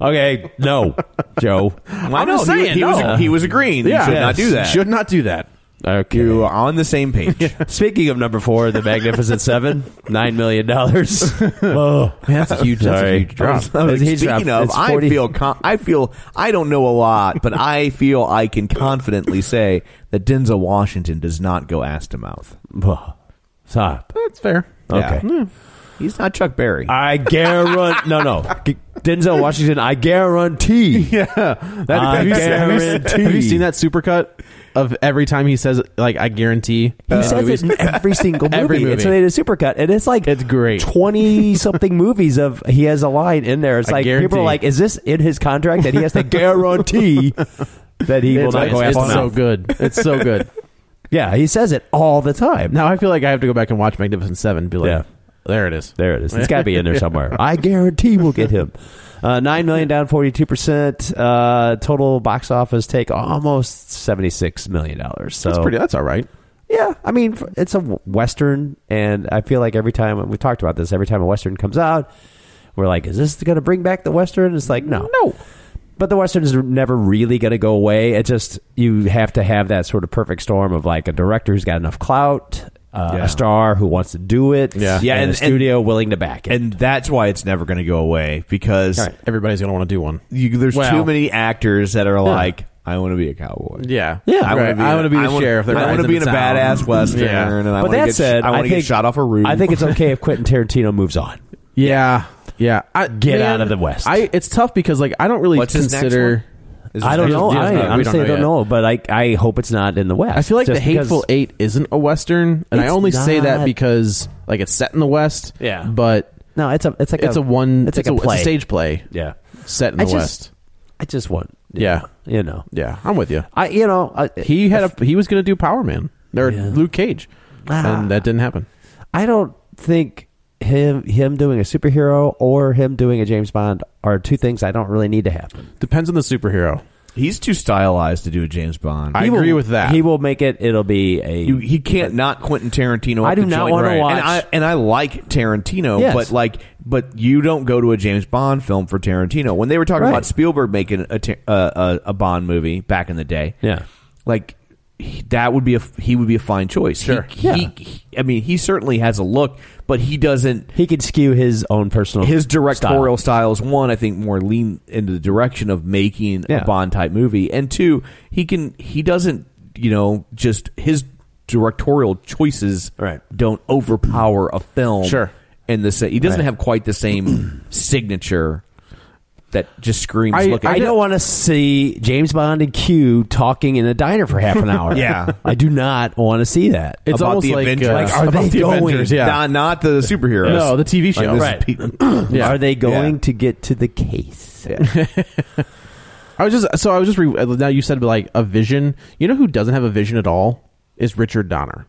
[SPEAKER 3] okay, no, Joe.
[SPEAKER 1] I
[SPEAKER 3] I'm
[SPEAKER 1] know,
[SPEAKER 3] just
[SPEAKER 1] he-
[SPEAKER 3] saying,
[SPEAKER 1] he was-
[SPEAKER 3] no.
[SPEAKER 1] he was agreeing that you should not do that.
[SPEAKER 2] Should not do that.
[SPEAKER 3] Okay.
[SPEAKER 1] You are on the same page.
[SPEAKER 2] (laughs)
[SPEAKER 3] Speaking of number four, the Magnificent Seven, nine million (laughs) dollars. oh,
[SPEAKER 2] that's a huge- that's a huge drop. (laughs)
[SPEAKER 1] I was like, speaking of,
[SPEAKER 3] it's
[SPEAKER 1] I
[SPEAKER 3] 40
[SPEAKER 1] feel
[SPEAKER 3] (laughs)
[SPEAKER 1] com- I feel I don't know a
[SPEAKER 2] (laughs)
[SPEAKER 1] lot, but I feel I can confidently say that Denzel Washington does not go ass to mouth.
[SPEAKER 3] Oh, Stop.
[SPEAKER 2] That's fair.
[SPEAKER 3] Okay.
[SPEAKER 2] Hmm.
[SPEAKER 1] He's not Chuck Berry.
[SPEAKER 2] Uh,
[SPEAKER 3] I guarantee. no, no.
[SPEAKER 2] (laughs)
[SPEAKER 3] G- Denzel Washington. I guarantee.
[SPEAKER 2] Yeah, that,
[SPEAKER 3] I
[SPEAKER 2] have, you, have you-
[SPEAKER 3] guarantee.
[SPEAKER 2] have you seen that supercut of every time he says like I guarantee? Uh,
[SPEAKER 3] He says it in every single movie.
[SPEAKER 2] (laughs) Every
[SPEAKER 3] It's
[SPEAKER 2] movie.
[SPEAKER 3] made a supercut, and it's like
[SPEAKER 2] It's great. (laughs)
[SPEAKER 3] Twenty something movies of he has a line in there. It's
[SPEAKER 2] I
[SPEAKER 3] like people
[SPEAKER 2] guarantee.
[SPEAKER 3] are like, is this in his contract that he has
[SPEAKER 2] (laughs)
[SPEAKER 3] to guarantee that he will
[SPEAKER 2] It's,
[SPEAKER 3] not
[SPEAKER 2] it's-
[SPEAKER 3] go
[SPEAKER 2] it's
[SPEAKER 3] after
[SPEAKER 2] so good. It's so good.
[SPEAKER 3] (laughs) Yeah, he says it all the time.
[SPEAKER 2] now I feel like I have to go back and watch Magnificent Seven. And be like,
[SPEAKER 3] Yeah.
[SPEAKER 2] there it is.
[SPEAKER 3] There it is. It's got to be
[SPEAKER 2] (laughs)
[SPEAKER 3] in there somewhere. I guarantee we'll get him. Uh, Nine million down, forty-two percent. Uh, total box office take almost seventy-six million dollars. So
[SPEAKER 2] That's pretty. That's all right.
[SPEAKER 3] Yeah, I mean f- it's a w- western, and I feel like every time we talked about this, every time a western comes out, we're like, is this going to bring back the western? It's like no,
[SPEAKER 2] No.
[SPEAKER 3] But the western is never really going to go away. It just you have to have that sort of perfect storm of like a director who's got enough clout. Uh,
[SPEAKER 1] Yeah.
[SPEAKER 3] A star who wants to do it,
[SPEAKER 2] Yeah.
[SPEAKER 1] Yeah,
[SPEAKER 3] and,
[SPEAKER 1] and-
[SPEAKER 3] a studio willing to back it.
[SPEAKER 1] and that's why it's never going to go away because
[SPEAKER 3] All right.
[SPEAKER 2] Everybody's gonna want to do one.
[SPEAKER 1] you, there's
[SPEAKER 2] Well-
[SPEAKER 1] too many actors that are like, I want to be a cowboy.
[SPEAKER 2] Yeah,
[SPEAKER 3] Yeah,
[SPEAKER 1] I
[SPEAKER 2] right.
[SPEAKER 1] want to be,
[SPEAKER 2] I want
[SPEAKER 1] in a-
[SPEAKER 2] to be
[SPEAKER 1] I
[SPEAKER 2] the
[SPEAKER 1] wanna-
[SPEAKER 2] sheriff. that
[SPEAKER 1] I
[SPEAKER 2] rides
[SPEAKER 1] want to be in a
[SPEAKER 2] town.
[SPEAKER 1] badass western,
[SPEAKER 2] Yeah.
[SPEAKER 1] and I
[SPEAKER 3] but
[SPEAKER 1] want to
[SPEAKER 3] that
[SPEAKER 1] get, sh-
[SPEAKER 3] said,
[SPEAKER 1] I
[SPEAKER 3] I
[SPEAKER 1] want to
[SPEAKER 3] think
[SPEAKER 1] get shot off a roof.
[SPEAKER 3] I think it's okay (laughs) if Quentin Tarantino moves on.
[SPEAKER 2] Yeah, yeah. I,
[SPEAKER 3] Get out of the West.
[SPEAKER 2] I it's tough because like I don't really
[SPEAKER 1] What's his next
[SPEAKER 2] consider.
[SPEAKER 1] Is
[SPEAKER 3] I don't
[SPEAKER 1] this-
[SPEAKER 3] know.
[SPEAKER 2] just-
[SPEAKER 3] I
[SPEAKER 2] we don't know
[SPEAKER 3] honestly
[SPEAKER 2] yet.
[SPEAKER 3] don't know, but I I hope it's not in the West.
[SPEAKER 2] I feel like
[SPEAKER 3] just
[SPEAKER 2] the Hateful
[SPEAKER 3] because-
[SPEAKER 2] Eight isn't a western, and I
[SPEAKER 3] It's
[SPEAKER 2] only say that
[SPEAKER 3] not.
[SPEAKER 2] because like it's set in the West.
[SPEAKER 3] Yeah.
[SPEAKER 2] but
[SPEAKER 3] No, it's a it's like
[SPEAKER 2] it's a, one.
[SPEAKER 3] It's like a,
[SPEAKER 2] it's
[SPEAKER 3] play.
[SPEAKER 2] stage play
[SPEAKER 3] Yeah,
[SPEAKER 2] set in
[SPEAKER 3] I
[SPEAKER 2] the
[SPEAKER 3] just-
[SPEAKER 2] West.
[SPEAKER 3] I just want.
[SPEAKER 2] Yeah.
[SPEAKER 3] you know.
[SPEAKER 2] Yeah, I'm with you.
[SPEAKER 3] I you know I,
[SPEAKER 2] He had a he was going to do Power Man or
[SPEAKER 3] Yeah.
[SPEAKER 2] Luke Cage,
[SPEAKER 3] Ah.
[SPEAKER 2] and that didn't happen.
[SPEAKER 3] I don't think him him doing a superhero or him doing a James Bond are two things I don't really need to happen.
[SPEAKER 2] Depends on the superhero.
[SPEAKER 1] he's too stylized to do a James Bond.
[SPEAKER 2] I
[SPEAKER 3] He will-
[SPEAKER 2] agree with that.
[SPEAKER 3] He will make it. It'll be a
[SPEAKER 1] You, he can't not Quentin Tarantino.
[SPEAKER 3] I
[SPEAKER 1] up
[SPEAKER 3] do
[SPEAKER 1] to
[SPEAKER 3] not
[SPEAKER 1] Johnny
[SPEAKER 3] wanna
[SPEAKER 1] Depp.
[SPEAKER 3] watch-
[SPEAKER 1] And I, and I like Tarantino,
[SPEAKER 3] Yes.
[SPEAKER 1] but like, but you don't go to a James Bond film for Tarantino. When they were talking
[SPEAKER 3] Right.
[SPEAKER 1] about Spielberg making a, Tar- uh, a a Bond movie back in the day,
[SPEAKER 3] Yeah.
[SPEAKER 1] like he- that would be a he would be a fine choice.
[SPEAKER 2] Sure.
[SPEAKER 1] He,
[SPEAKER 3] Yeah.
[SPEAKER 1] he- he- I mean, he certainly has a look, but he doesn't.
[SPEAKER 3] he could skew his own personal
[SPEAKER 1] His
[SPEAKER 3] style.
[SPEAKER 1] directorial style. is one, I think, more lean into the direction of making
[SPEAKER 3] Yeah.
[SPEAKER 1] a Bond type movie, and two, he can he doesn't you know just his directorial choices
[SPEAKER 3] Right.
[SPEAKER 1] don't overpower a film.
[SPEAKER 2] Sure.
[SPEAKER 1] and the sa- he doesn't
[SPEAKER 3] Right.
[SPEAKER 1] have quite the same signature that just screams.
[SPEAKER 2] I-
[SPEAKER 1] look, at
[SPEAKER 3] I
[SPEAKER 1] it."
[SPEAKER 3] don't want to see James Bond and Q talking in a diner for half
[SPEAKER 2] (laughs)
[SPEAKER 3] an hour.
[SPEAKER 1] Yeah.
[SPEAKER 3] I do not want to see that.
[SPEAKER 2] It's
[SPEAKER 1] about
[SPEAKER 2] almost
[SPEAKER 1] the
[SPEAKER 2] like,
[SPEAKER 1] Avengers.
[SPEAKER 2] uh,
[SPEAKER 1] Like,
[SPEAKER 3] are
[SPEAKER 2] about
[SPEAKER 3] they
[SPEAKER 2] the
[SPEAKER 3] going
[SPEAKER 2] Avengers, yeah.
[SPEAKER 1] not, not the superheroes.
[SPEAKER 2] No, the TV show.
[SPEAKER 1] this is
[SPEAKER 3] Right.
[SPEAKER 1] Pete-
[SPEAKER 3] (clears throat)
[SPEAKER 2] Yeah.
[SPEAKER 3] Are they going
[SPEAKER 1] Yeah.
[SPEAKER 3] to get to
[SPEAKER 2] (laughs)
[SPEAKER 3] the case?
[SPEAKER 2] I was just so I was just re- uh, now you said like a vision. You know who doesn't have a vision at all is Richard Donner.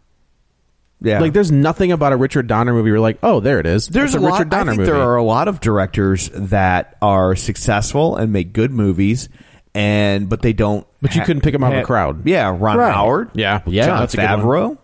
[SPEAKER 1] yeah.
[SPEAKER 2] Like there's nothing about a Richard Donner movie. You're like, oh, there it is.
[SPEAKER 1] There's
[SPEAKER 2] It's
[SPEAKER 1] a,
[SPEAKER 2] Richard
[SPEAKER 1] lot.
[SPEAKER 2] Donner
[SPEAKER 1] I think
[SPEAKER 2] movie.
[SPEAKER 1] there are a lot of directors that are successful and make good movies, and but they don't.
[SPEAKER 2] But you couldn't pick 'em out of a crowd.
[SPEAKER 1] Yeah, Ron
[SPEAKER 3] Right.
[SPEAKER 1] Howard.
[SPEAKER 2] Yeah.
[SPEAKER 3] Yeah,
[SPEAKER 1] John
[SPEAKER 3] that's a good one.
[SPEAKER 1] Favreau.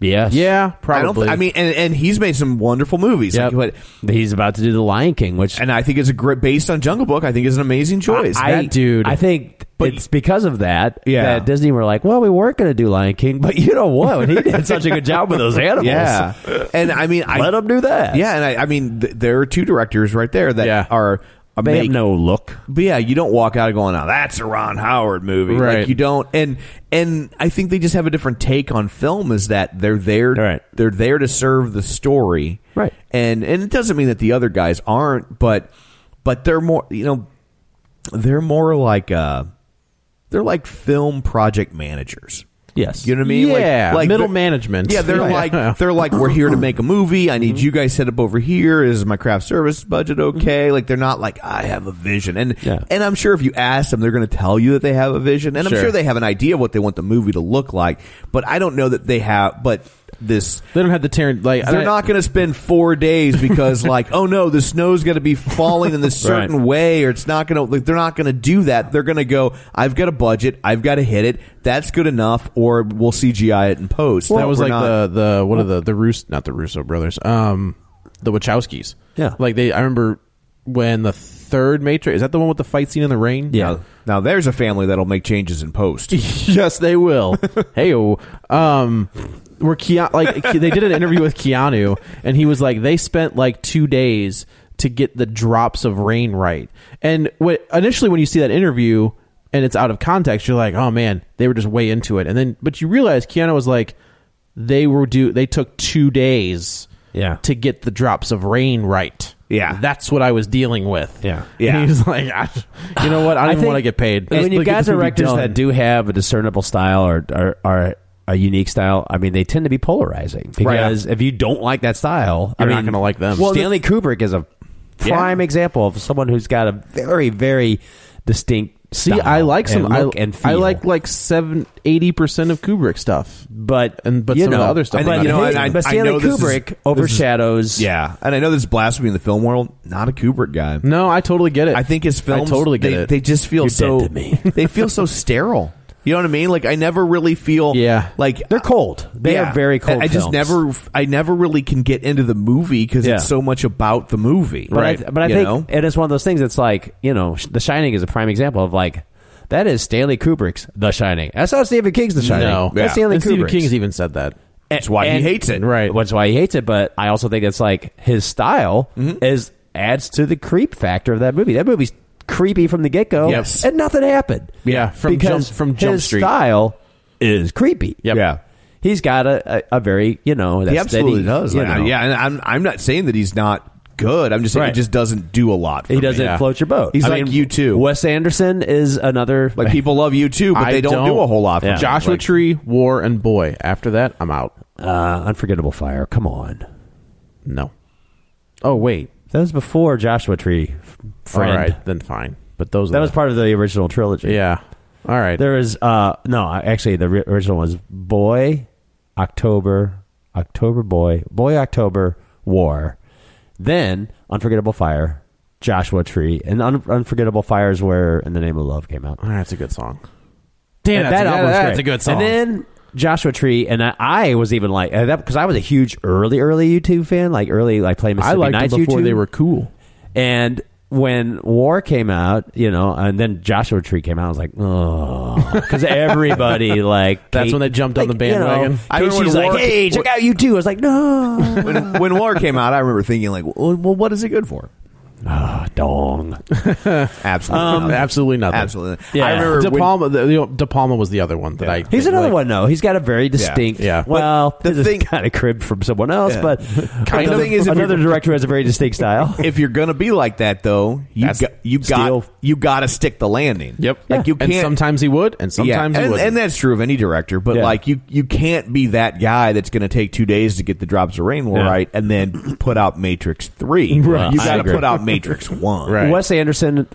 [SPEAKER 3] Yes.
[SPEAKER 2] yeah,
[SPEAKER 1] I don't.
[SPEAKER 2] probably.
[SPEAKER 1] I mean, and, and he's made some wonderful movies.
[SPEAKER 3] Yep.
[SPEAKER 1] Like,
[SPEAKER 3] He's about to do The Lion King, which
[SPEAKER 1] but, and I think it's a great based on Jungle Book. I think is an amazing choice.
[SPEAKER 3] I,
[SPEAKER 2] That dude-
[SPEAKER 3] I think
[SPEAKER 1] But-
[SPEAKER 3] it's because of that
[SPEAKER 1] Yeah.
[SPEAKER 3] that Disney were like, well, we weren't going to do Lion King, but you know what? He did such a good job with those animals.
[SPEAKER 1] yeah, and I mean, I,
[SPEAKER 3] Let him do that.
[SPEAKER 1] Yeah, and I, I mean, th- there are two directors right there that
[SPEAKER 2] Yeah.
[SPEAKER 1] are. are
[SPEAKER 3] They
[SPEAKER 1] make-
[SPEAKER 3] have no look.
[SPEAKER 1] But yeah, you don't walk out going, "Oh, that's a Ron Howard movie."
[SPEAKER 2] Right.
[SPEAKER 1] Like you don't, and and I think they just have a different take on film. Is that they're there,
[SPEAKER 3] Right.
[SPEAKER 1] they're there to serve the story,
[SPEAKER 3] Right.
[SPEAKER 1] And and it doesn't mean that the other guys aren't, but but they're more, you know, they're more like uh, they're like film project managers.
[SPEAKER 3] Yes.
[SPEAKER 1] You know what I mean?
[SPEAKER 2] Yeah,
[SPEAKER 1] like, like
[SPEAKER 2] middle
[SPEAKER 1] the-
[SPEAKER 2] management.
[SPEAKER 1] Yeah,
[SPEAKER 3] (laughs)
[SPEAKER 1] they're
[SPEAKER 2] Yeah. (laughs)
[SPEAKER 1] like they're like we're here to make a movie. I need you guys set up over here. Is my craft service budget
[SPEAKER 2] Mm-hmm.
[SPEAKER 1] okay? Like they're not like I have a vision. And
[SPEAKER 3] Yeah.
[SPEAKER 1] and I'm sure if you ask them, they're going to tell you that they have a vision. And
[SPEAKER 2] Sure.
[SPEAKER 1] I'm sure they have an idea of what they want the movie to look like. But I don't know that they have. But this.
[SPEAKER 2] they don't have the Tarant. Like
[SPEAKER 1] They're
[SPEAKER 2] I-
[SPEAKER 1] not going to spend four days because, like, (laughs) oh no, the snow's going to be falling
[SPEAKER 2] (laughs)
[SPEAKER 1] in this certain
[SPEAKER 3] Right.
[SPEAKER 1] way, or it's not going to. Like, they're not going to do that. They're going to go. I've got a budget. I've got to hit it. That's good enough, or we'll CGI it in post.
[SPEAKER 2] that was
[SPEAKER 1] We're
[SPEAKER 2] like
[SPEAKER 1] not-
[SPEAKER 2] the the one of the the Rus not the Russo brothers, um, the Wachowskis.
[SPEAKER 3] Yeah.
[SPEAKER 2] like they. I remember when the third Matrix is that the one with the fight scene in the rain?
[SPEAKER 1] Yeah. Now, there's a family that'll make changes in
[SPEAKER 2] (laughs)
[SPEAKER 1] post.
[SPEAKER 2] yes, they
[SPEAKER 3] (laughs)
[SPEAKER 2] will. hey, um, where Keanu, like they did an interview with Keanu, and he was like, they spent like two days to get the drops of rain right. And what initially when you see that interview and it's out of context, you're like, oh man, they were just way into it. And then, but you realize Keanu was like, they were do they took two days,
[SPEAKER 3] yeah,
[SPEAKER 2] to get the drops of rain right.
[SPEAKER 1] Yeah,
[SPEAKER 2] that's what I was dealing with.
[SPEAKER 3] Yeah,
[SPEAKER 2] yeah. And he's like, I, you know what? I don't want to get paid.
[SPEAKER 3] When you got directors that do have a discernible style or are, are a unique style, I mean, they tend to be polarizing because right. if you don't like that style,
[SPEAKER 2] you're
[SPEAKER 3] I mean,
[SPEAKER 2] not going to like them.
[SPEAKER 3] Well, Stanley the, Kubrick is a prime yeah. example of someone who's got a very, very distinct.
[SPEAKER 2] See, I like some. I, I, like like seven eighty percent of Kubrick stuff,
[SPEAKER 3] but
[SPEAKER 2] and but
[SPEAKER 3] you
[SPEAKER 2] some
[SPEAKER 3] know,
[SPEAKER 2] of the other stuff.
[SPEAKER 3] And,
[SPEAKER 2] I
[SPEAKER 3] you know, and I, but Stanley Kubrick is, overshadows.
[SPEAKER 1] Is, yeah, and I know this is blasphemy in the film world. Not a Kubrick guy.
[SPEAKER 2] No, I totally get it.
[SPEAKER 1] I think his films.
[SPEAKER 2] I totally get
[SPEAKER 1] they,
[SPEAKER 2] it.
[SPEAKER 1] They just feel
[SPEAKER 3] You're
[SPEAKER 1] so.
[SPEAKER 3] me.
[SPEAKER 1] (laughs) they feel so sterile. You know what I mean? Like I never really feel
[SPEAKER 2] yeah.
[SPEAKER 1] like
[SPEAKER 3] they're cold. They
[SPEAKER 1] yeah.
[SPEAKER 3] are very cold.
[SPEAKER 1] I, I just
[SPEAKER 3] films.
[SPEAKER 1] never I never really can get into the movie because
[SPEAKER 3] Yeah.
[SPEAKER 1] it's so much about the movie.
[SPEAKER 3] But I, but I
[SPEAKER 1] You
[SPEAKER 3] think
[SPEAKER 1] know?
[SPEAKER 3] it is one of those things that's like you know, The Shining is a prime example of like that is Stanley Kubrick's The Shining. That's not Stephen King's The Shining.
[SPEAKER 2] No,
[SPEAKER 3] that's Stanley
[SPEAKER 2] and Stephen
[SPEAKER 3] Kubrick's.
[SPEAKER 2] King's even said that.
[SPEAKER 1] that's why
[SPEAKER 3] and-
[SPEAKER 1] he hates it.
[SPEAKER 2] Right.
[SPEAKER 3] That's why he hates it. But I also think it's like his style
[SPEAKER 2] Mm-hmm.
[SPEAKER 3] is adds to the creep factor of that movie. That movie's creepy from the get go.
[SPEAKER 1] Yes.
[SPEAKER 3] and nothing happened.
[SPEAKER 2] Yeah, from
[SPEAKER 3] because
[SPEAKER 2] Jump- from Jump
[SPEAKER 3] his
[SPEAKER 2] Street.
[SPEAKER 3] style is creepy.
[SPEAKER 2] Yep.
[SPEAKER 1] Yeah.
[SPEAKER 3] He's got a, a, a very you know that
[SPEAKER 1] he absolutely
[SPEAKER 3] steady,
[SPEAKER 1] does.
[SPEAKER 3] you
[SPEAKER 1] Like, I-
[SPEAKER 3] know.
[SPEAKER 1] yeah, and I'm I'm not saying that he's not good. I'm just saying
[SPEAKER 3] Right.
[SPEAKER 1] he just doesn't do a lot. For
[SPEAKER 3] He
[SPEAKER 1] me.
[SPEAKER 3] doesn't
[SPEAKER 1] Yeah.
[SPEAKER 3] float your boat.
[SPEAKER 1] He's
[SPEAKER 3] I
[SPEAKER 1] like
[SPEAKER 3] mean,
[SPEAKER 1] you too.
[SPEAKER 3] Wes Anderson is another
[SPEAKER 1] Like people love you too, but
[SPEAKER 2] I
[SPEAKER 1] they don't, do a whole lot. For
[SPEAKER 3] Yeah.
[SPEAKER 1] me.
[SPEAKER 2] Joshua
[SPEAKER 1] Like,
[SPEAKER 2] Tree, War, and Boy. After that, I'm out.
[SPEAKER 3] uh, unforgettable fire. Come on,
[SPEAKER 2] No. Oh wait.
[SPEAKER 3] that was before Joshua Tree. f- Friend.
[SPEAKER 2] All right, then fine. But those
[SPEAKER 3] That
[SPEAKER 2] are
[SPEAKER 3] was
[SPEAKER 2] the-
[SPEAKER 3] part of the original trilogy.
[SPEAKER 2] yeah. All right.
[SPEAKER 3] There is uh no, I- actually the ri- original was Boy, October, October Boy, Boy October War, then Unforgettable Fire, Joshua Tree, and Un- Unforgettable Fires where In the Name of Love came out.
[SPEAKER 2] All right, that's a good song. Damn,
[SPEAKER 3] And
[SPEAKER 2] that's,
[SPEAKER 3] that
[SPEAKER 2] a,
[SPEAKER 3] album's
[SPEAKER 2] that's
[SPEAKER 3] great.
[SPEAKER 2] a good song.
[SPEAKER 3] And then Joshua Tree, and I, I was even like uh, that because I was a huge early, early YouTube fan, like early, like play
[SPEAKER 2] I
[SPEAKER 3] Mississippi
[SPEAKER 2] liked
[SPEAKER 3] Nights
[SPEAKER 2] them before
[SPEAKER 3] YouTube.
[SPEAKER 2] they were cool.
[SPEAKER 3] And when War came out, you know, and then Joshua Tree came out, I was like, oh, because
[SPEAKER 2] (laughs)
[SPEAKER 3] everybody like
[SPEAKER 2] That's
[SPEAKER 3] Kate-
[SPEAKER 2] when they jumped on
[SPEAKER 3] like,
[SPEAKER 2] the
[SPEAKER 3] you know,
[SPEAKER 2] bandwagon.
[SPEAKER 1] I
[SPEAKER 3] Kate,
[SPEAKER 1] remember
[SPEAKER 3] she's
[SPEAKER 1] when
[SPEAKER 3] like,
[SPEAKER 1] War-
[SPEAKER 3] hey, check out you too. I was like, no,
[SPEAKER 1] when, when War came out, I remember thinking like, well, well, what is it good for?
[SPEAKER 3] Ah, dong.
[SPEAKER 1] Absolutely, nothing.
[SPEAKER 2] Absolutely nothing.
[SPEAKER 1] absolutely.
[SPEAKER 3] Um, Yeah.
[SPEAKER 1] I remember
[SPEAKER 2] De
[SPEAKER 1] when-
[SPEAKER 2] Palma, the, you know, De Palma was the other one that I.
[SPEAKER 3] He's another
[SPEAKER 2] like,
[SPEAKER 3] one though. He's got a very distinct.
[SPEAKER 2] yeah. But
[SPEAKER 3] Well,
[SPEAKER 1] the
[SPEAKER 3] this is
[SPEAKER 1] thing-
[SPEAKER 3] kind of cribbed from someone else,
[SPEAKER 1] Yeah.
[SPEAKER 3] (laughs) but
[SPEAKER 1] Kind
[SPEAKER 3] another,
[SPEAKER 1] of. The thing is, if
[SPEAKER 3] another
[SPEAKER 1] you're-
[SPEAKER 3] director has a very
[SPEAKER 1] (laughs)
[SPEAKER 3] distinct style.
[SPEAKER 1] if you're gonna be like that though, you
[SPEAKER 2] That's
[SPEAKER 1] got, you
[SPEAKER 3] steel.
[SPEAKER 1] got you got to stick the landing.
[SPEAKER 2] Yep.
[SPEAKER 1] Like you can't.
[SPEAKER 2] And sometimes he would, and sometimes
[SPEAKER 1] yeah,
[SPEAKER 2] he
[SPEAKER 1] and,
[SPEAKER 2] would.
[SPEAKER 1] and that's true of any director, but
[SPEAKER 3] Yeah.
[SPEAKER 1] like you, you can't be that guy that's going to take two days to get the drops of rain
[SPEAKER 3] Yeah.
[SPEAKER 1] right and then (clears throat) put out Matrix three.
[SPEAKER 3] Right.
[SPEAKER 1] You
[SPEAKER 3] I
[SPEAKER 1] got to
[SPEAKER 3] agree.
[SPEAKER 1] put out Matrix one.
[SPEAKER 2] Right.
[SPEAKER 3] Wes Anderson,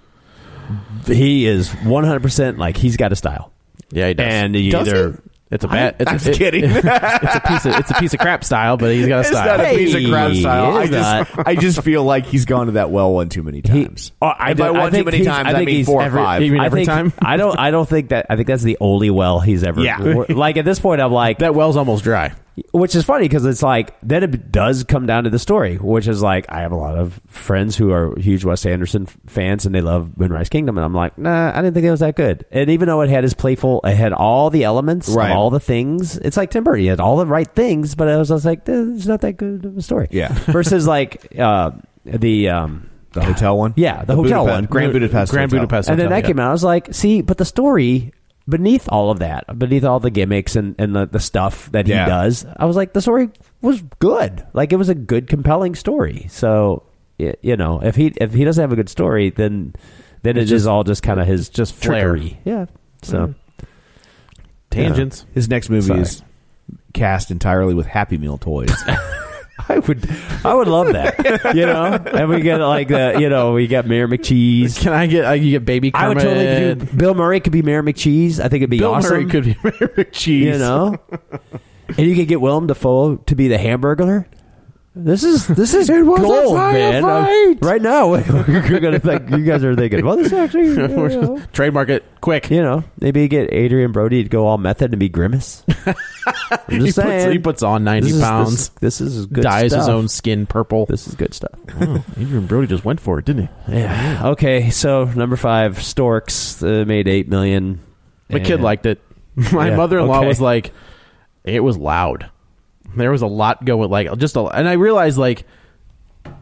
[SPEAKER 3] he is 100 percent like he's got a style,
[SPEAKER 2] yeah, he does.
[SPEAKER 3] and you
[SPEAKER 1] Does
[SPEAKER 3] either.
[SPEAKER 1] he?
[SPEAKER 2] it's a bad.
[SPEAKER 1] I'm
[SPEAKER 2] It's a, it-
[SPEAKER 1] kidding.
[SPEAKER 2] (laughs) it's a piece of it's a piece of crap style, but he's got a
[SPEAKER 1] It's
[SPEAKER 2] style.
[SPEAKER 1] not a piece
[SPEAKER 3] Hey,
[SPEAKER 1] of crap style. I
[SPEAKER 3] it's
[SPEAKER 1] just, I just feel like he's gone to that well one too many
[SPEAKER 3] He-
[SPEAKER 1] times.
[SPEAKER 3] Oh, I
[SPEAKER 1] And
[SPEAKER 3] do-
[SPEAKER 1] by
[SPEAKER 3] I
[SPEAKER 1] one too
[SPEAKER 3] think
[SPEAKER 1] many
[SPEAKER 3] he's-
[SPEAKER 1] times,
[SPEAKER 3] I
[SPEAKER 1] Uh, I,
[SPEAKER 3] think
[SPEAKER 1] mean
[SPEAKER 3] he's
[SPEAKER 1] four or
[SPEAKER 2] every-
[SPEAKER 1] five.
[SPEAKER 2] you mean
[SPEAKER 3] I
[SPEAKER 2] every
[SPEAKER 3] think,
[SPEAKER 2] time?
[SPEAKER 3] I don't. I don't think that. I think that's the only well he's ever.
[SPEAKER 1] Yeah.
[SPEAKER 3] Like at this point, I'm like,
[SPEAKER 2] that well's almost dry.
[SPEAKER 3] which is funny because it's like then it does come down to the story, which is like I have a lot of friends who are huge Wes Anderson f- fans and they love Moonrise Kingdom, and I'm like, nah, I didn't think it was that good. And even though it had his playful, it had all the elements, of
[SPEAKER 1] Right.
[SPEAKER 3] all the things. It's like Tim Burton, he had all the right things, but I was just like, eh, it's not that good of a story.
[SPEAKER 1] Yeah.
[SPEAKER 3] (laughs) Versus like uh, the. Um,
[SPEAKER 1] The hotel one?
[SPEAKER 3] Yeah, the hotel
[SPEAKER 1] Budapest-
[SPEAKER 3] one.
[SPEAKER 1] Grand Budapest.
[SPEAKER 2] Grand
[SPEAKER 1] Hotel.
[SPEAKER 2] Budapest.
[SPEAKER 3] And then
[SPEAKER 2] Hotel,
[SPEAKER 3] that
[SPEAKER 2] yeah.
[SPEAKER 3] came out. I was like, see, but the story beneath all of that, beneath all the gimmicks and, and the, the stuff that he
[SPEAKER 1] Yeah.
[SPEAKER 3] does, I was like, the story was good. Like it was a good, compelling story. So y- you know, if he if he doesn't have a good story, then then it is all just kind of his
[SPEAKER 2] just flair.
[SPEAKER 3] trickery. Yeah. So
[SPEAKER 2] Tangents.
[SPEAKER 1] His next movie
[SPEAKER 3] Sorry.
[SPEAKER 1] is cast entirely with Happy
[SPEAKER 2] (laughs)
[SPEAKER 1] Meal toys.
[SPEAKER 3] I would I would love that. you know, and we get like the you know we got Mayor McCheese.
[SPEAKER 2] Can I get? I can get baby.
[SPEAKER 3] I
[SPEAKER 2] Kermit.
[SPEAKER 3] would totally do. Bill Murray could be Mayor McCheese. I think it'd be
[SPEAKER 2] Bill
[SPEAKER 3] awesome.
[SPEAKER 2] Murray could be (laughs) Mary McCheese.
[SPEAKER 3] You know? and you could get Willem Dafoe to be the hamburglar. This is this is
[SPEAKER 2] It was a
[SPEAKER 3] gold, man.
[SPEAKER 2] firefight!
[SPEAKER 3] Uh, right now, (laughs) you're gonna think you guys are thinking, well, this actually,
[SPEAKER 2] (laughs)
[SPEAKER 3] you know,
[SPEAKER 2] Trademark it quick.
[SPEAKER 3] you know, maybe get Adrian Brody to go all method and be
[SPEAKER 2] (laughs)
[SPEAKER 3] grimace. I'm just
[SPEAKER 2] he,
[SPEAKER 3] saying,
[SPEAKER 2] puts, he puts on
[SPEAKER 3] This
[SPEAKER 2] 90
[SPEAKER 3] is-
[SPEAKER 2] pounds,
[SPEAKER 3] This, this is good.
[SPEAKER 2] dyes
[SPEAKER 3] stuff.
[SPEAKER 2] his own skin purple.
[SPEAKER 3] This is good stuff.
[SPEAKER 2] Oh, Adrian Brody just went for it, didn't he?
[SPEAKER 3] Yeah. Okay. So number five, Storks uh, made eight million.
[SPEAKER 2] My kid
[SPEAKER 3] And-
[SPEAKER 2] liked it. (laughs) My
[SPEAKER 3] Yeah,
[SPEAKER 2] mother in law
[SPEAKER 3] okay.
[SPEAKER 2] was like, it was loud. There was a lot going, like, just a, and I realized, like,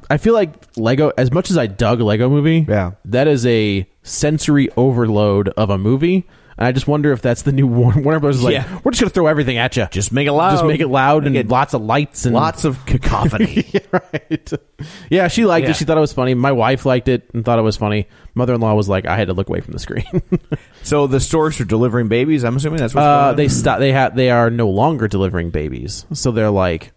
[SPEAKER 2] I feel like Lego, as much as I dug Lego movie,
[SPEAKER 1] Yeah.
[SPEAKER 2] that is a sensory overload of a movie. And I just wonder if that's the new (laughs) Warner Warner Brothers. is Like,
[SPEAKER 1] Yeah.
[SPEAKER 2] we're just gonna throw everything at you.
[SPEAKER 1] Just make it loud.
[SPEAKER 2] Just make it loud and
[SPEAKER 1] Make it-
[SPEAKER 2] lots of lights and
[SPEAKER 1] Lots of
[SPEAKER 2] (laughs)
[SPEAKER 1] cacophony.
[SPEAKER 2] yeah, right. Yeah, she liked
[SPEAKER 1] Yeah.
[SPEAKER 2] it. She thought it was funny. My wife liked it and thought it was funny. Mother in law was like, I had to look away from the screen. (laughs)
[SPEAKER 1] so the storks are delivering babies. I'm assuming that's what's
[SPEAKER 2] uh,
[SPEAKER 1] going
[SPEAKER 2] they
[SPEAKER 1] on.
[SPEAKER 2] stop. They have. They are no longer delivering babies. So they're like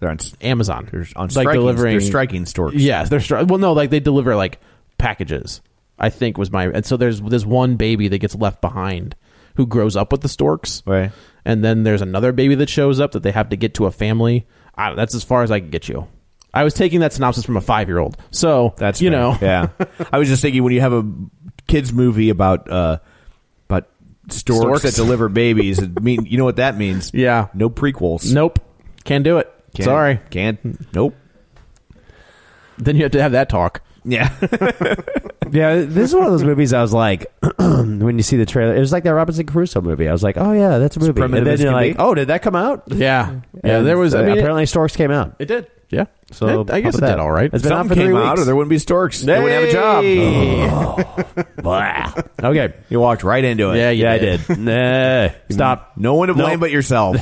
[SPEAKER 1] They're on, s-
[SPEAKER 2] Amazon.
[SPEAKER 1] they're on
[SPEAKER 2] like
[SPEAKER 1] striking,
[SPEAKER 2] delivering.
[SPEAKER 1] They're striking storks.
[SPEAKER 2] Yes, they're stri- well. No, like they deliver like packages. I think was my and so there's there's one baby that gets left behind who grows up with the storks.
[SPEAKER 1] Right.
[SPEAKER 2] And then there's another baby that shows up that they have to get to a family. I, that's as far as I can get you. I was taking that synopsis from a five year old. So
[SPEAKER 1] That's
[SPEAKER 2] you
[SPEAKER 1] fair.
[SPEAKER 2] know (laughs)
[SPEAKER 1] yeah. I was just thinking when you have a kids movie about uh about storks,
[SPEAKER 2] Storks.
[SPEAKER 1] that deliver babies, it mean you know what that means?
[SPEAKER 2] (laughs) Yeah.
[SPEAKER 1] No prequels.
[SPEAKER 2] Nope. Can't do it.
[SPEAKER 1] Can't-
[SPEAKER 2] Sorry.
[SPEAKER 1] Can't. Nope.
[SPEAKER 2] Then you have to have that talk. (laughs)
[SPEAKER 1] Yeah.
[SPEAKER 3] Yeah, this is one of those movies I was like, (clears throat) when you see the trailer, it was like that Robinson Crusoe movie. I was like, oh yeah, that's a movie. And
[SPEAKER 1] primitive
[SPEAKER 3] then
[SPEAKER 1] as
[SPEAKER 3] you're
[SPEAKER 1] can
[SPEAKER 3] like,
[SPEAKER 1] be.
[SPEAKER 3] oh, did that come out?
[SPEAKER 2] Yeah. Yeah.
[SPEAKER 3] And,
[SPEAKER 2] there was.
[SPEAKER 3] uh,
[SPEAKER 2] I mean, it-
[SPEAKER 3] apparently Storks
[SPEAKER 2] (laughs)
[SPEAKER 3] came out.
[SPEAKER 2] It did. Yeah.
[SPEAKER 3] So
[SPEAKER 2] I guess it
[SPEAKER 3] how about
[SPEAKER 2] did
[SPEAKER 3] that?
[SPEAKER 2] all right.
[SPEAKER 3] It's been out for
[SPEAKER 1] Something
[SPEAKER 3] three
[SPEAKER 1] came out
[SPEAKER 3] weeks.
[SPEAKER 1] or there wouldn't be storks. They wouldn't have a job.
[SPEAKER 3] Blah. (laughs) okay.
[SPEAKER 1] You walked right into it.
[SPEAKER 2] Yeah, you
[SPEAKER 3] yeah,
[SPEAKER 2] did.
[SPEAKER 3] I did.
[SPEAKER 2] (laughs)
[SPEAKER 3] nah, stop.
[SPEAKER 1] No one to blame
[SPEAKER 3] Nope.
[SPEAKER 1] but yourself.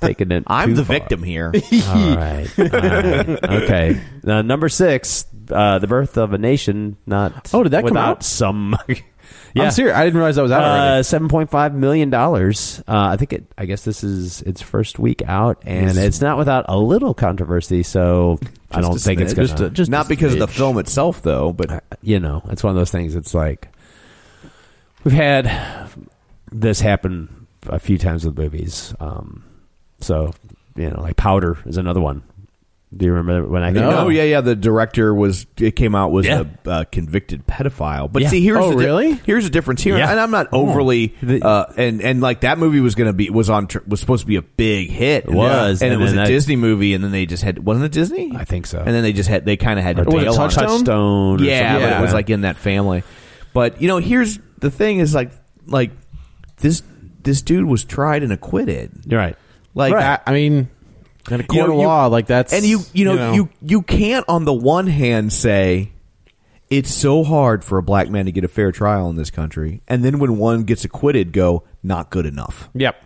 [SPEAKER 3] Taking it.
[SPEAKER 1] I'm
[SPEAKER 3] too
[SPEAKER 1] the
[SPEAKER 3] far.
[SPEAKER 1] victim
[SPEAKER 3] (laughs)
[SPEAKER 1] here.
[SPEAKER 2] (laughs)
[SPEAKER 3] All right. All right. Okay. Uh, number six, uh, the birth of a nation. Not
[SPEAKER 2] Oh, did that come
[SPEAKER 3] without
[SPEAKER 2] out?
[SPEAKER 3] some. (laughs) yeah.
[SPEAKER 2] I'm serious. I didn't realize that was out
[SPEAKER 3] Uh,
[SPEAKER 2] already.
[SPEAKER 3] seven point five million dollars. Uh, I think it. I guess this is its first week out, and it's not without a little controversy.
[SPEAKER 2] (laughs)
[SPEAKER 3] So I don't think it's gonna.
[SPEAKER 2] Just a- just
[SPEAKER 1] not
[SPEAKER 2] a
[SPEAKER 1] because of the
[SPEAKER 2] smidge.
[SPEAKER 1] film itself though, but
[SPEAKER 3] you know, it's one of those things. It's like we've had this happen a few times with movies. Um, so you know, like Powder is another one. Do you remember when I?
[SPEAKER 2] No. Oh,
[SPEAKER 1] No, yeah, yeah. The director was it came out was
[SPEAKER 3] Yeah.
[SPEAKER 1] a uh, convicted pedophile. But
[SPEAKER 3] Yeah.
[SPEAKER 1] see, here's
[SPEAKER 2] Oh,
[SPEAKER 1] the di-
[SPEAKER 2] really?
[SPEAKER 1] here's the difference here,
[SPEAKER 3] Yeah. Oh.
[SPEAKER 1] and I'm not overly
[SPEAKER 3] The-
[SPEAKER 1] uh, and and like that movie was gonna be was on tr- was supposed to be a big hit.
[SPEAKER 3] It was,
[SPEAKER 1] and,
[SPEAKER 3] and
[SPEAKER 1] it was a
[SPEAKER 3] then that-
[SPEAKER 1] Disney movie, and then they just had wasn't it Disney?
[SPEAKER 3] I think so.
[SPEAKER 1] And then they just had they kind of had
[SPEAKER 3] Or
[SPEAKER 1] to
[SPEAKER 3] was it
[SPEAKER 1] bail on
[SPEAKER 3] Touchstone? Touchstone or
[SPEAKER 1] yeah,
[SPEAKER 3] something
[SPEAKER 1] but
[SPEAKER 3] like
[SPEAKER 1] it was
[SPEAKER 3] that.
[SPEAKER 1] like in that family. But you know, here's the thing: is like like this this dude was tried and acquitted.
[SPEAKER 3] You're right.
[SPEAKER 1] Like
[SPEAKER 2] Right. I, I mean, in a court
[SPEAKER 1] You know,
[SPEAKER 2] of
[SPEAKER 1] you-
[SPEAKER 2] law, like that's
[SPEAKER 1] and you you know, you you can't on the one hand say it's so hard for a black man to get a fair trial in this country, and then when one gets acquitted, go not good enough.
[SPEAKER 2] Yep.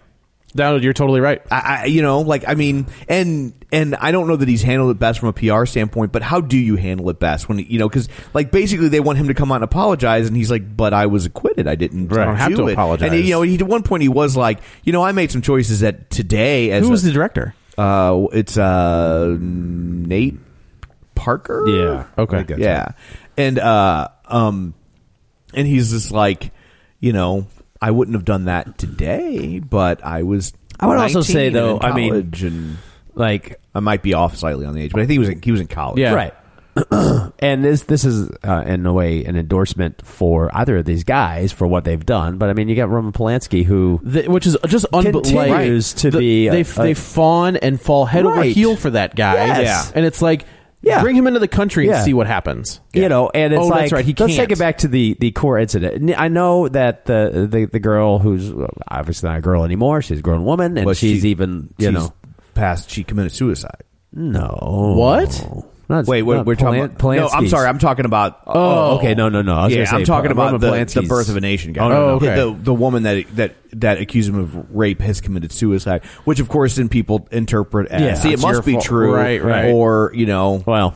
[SPEAKER 2] No, you're totally right.
[SPEAKER 1] I, I you know like I mean and and I don't know that he's handled it best from a PR standpoint, but how do you handle it best when you know because like basically they want him to come out and apologize, and he's like, but I was acquitted, I didn't
[SPEAKER 2] Right. I don't have
[SPEAKER 1] do
[SPEAKER 2] to
[SPEAKER 1] it."
[SPEAKER 2] apologize.
[SPEAKER 1] And you know, he, at one point he was like, you know, I made some choices that today as
[SPEAKER 2] Who was
[SPEAKER 1] a-
[SPEAKER 2] the director?
[SPEAKER 1] uh, it's uh, Nate Parker.
[SPEAKER 3] Yeah.
[SPEAKER 2] Okay.
[SPEAKER 1] I think that's yeah, and uh, um, and he's just like, you know, I wouldn't have done that today, but I was.
[SPEAKER 3] I would also
[SPEAKER 1] 19
[SPEAKER 3] say,
[SPEAKER 1] and
[SPEAKER 3] though,
[SPEAKER 1] in
[SPEAKER 3] I mean-
[SPEAKER 1] college and
[SPEAKER 3] Like
[SPEAKER 1] I might be off slightly on the age, but I think he was in, he was in college.
[SPEAKER 2] Yeah.
[SPEAKER 3] right. (clears throat) and this this is uh, in a way an endorsement for either of these guys for what they've done. But I mean, you got Roman Polanski who
[SPEAKER 2] The- which is just unbelievable.
[SPEAKER 3] Continues to be a-
[SPEAKER 2] they
[SPEAKER 3] a-
[SPEAKER 2] they fawn and fall head over
[SPEAKER 3] Right.
[SPEAKER 2] heel for that guy.
[SPEAKER 3] Yes. Yeah.
[SPEAKER 2] and it's like
[SPEAKER 3] Yeah.
[SPEAKER 2] bring him into the country
[SPEAKER 3] Yeah.
[SPEAKER 2] and see what happens.
[SPEAKER 3] you know, and it's
[SPEAKER 2] oh,
[SPEAKER 3] like
[SPEAKER 2] that's right. He
[SPEAKER 3] let's
[SPEAKER 2] can't.
[SPEAKER 3] take it back to the the core incident. N- I know that the the, the girl who's uh, obviously not a girl anymore; she's a grown woman, and
[SPEAKER 1] But
[SPEAKER 3] she's
[SPEAKER 1] she-
[SPEAKER 3] even you
[SPEAKER 1] she's
[SPEAKER 3] know
[SPEAKER 1] past she committed suicide.
[SPEAKER 3] no
[SPEAKER 2] What?
[SPEAKER 3] Not,
[SPEAKER 1] Wait, we're,
[SPEAKER 3] not
[SPEAKER 1] we're talking.
[SPEAKER 3] Polan-
[SPEAKER 1] About, no, I'm
[SPEAKER 3] Polanski's.
[SPEAKER 1] sorry, I'm talking about.
[SPEAKER 3] Oh, okay, no, no, no. I was
[SPEAKER 1] yeah,
[SPEAKER 3] gonna say
[SPEAKER 1] I'm talking
[SPEAKER 3] Roman
[SPEAKER 1] about the, the
[SPEAKER 3] Polanski's-
[SPEAKER 1] birth of a nation guy.
[SPEAKER 3] Oh, no,
[SPEAKER 2] Oh, no. okay.
[SPEAKER 1] The, the woman that that that accused him of rape has committed suicide, which of course then people interpret as
[SPEAKER 3] Yeah,
[SPEAKER 1] see it
[SPEAKER 3] it's
[SPEAKER 2] your
[SPEAKER 1] must be
[SPEAKER 2] fault."
[SPEAKER 1] true,
[SPEAKER 2] Right, right.
[SPEAKER 1] Or you know,
[SPEAKER 3] Well,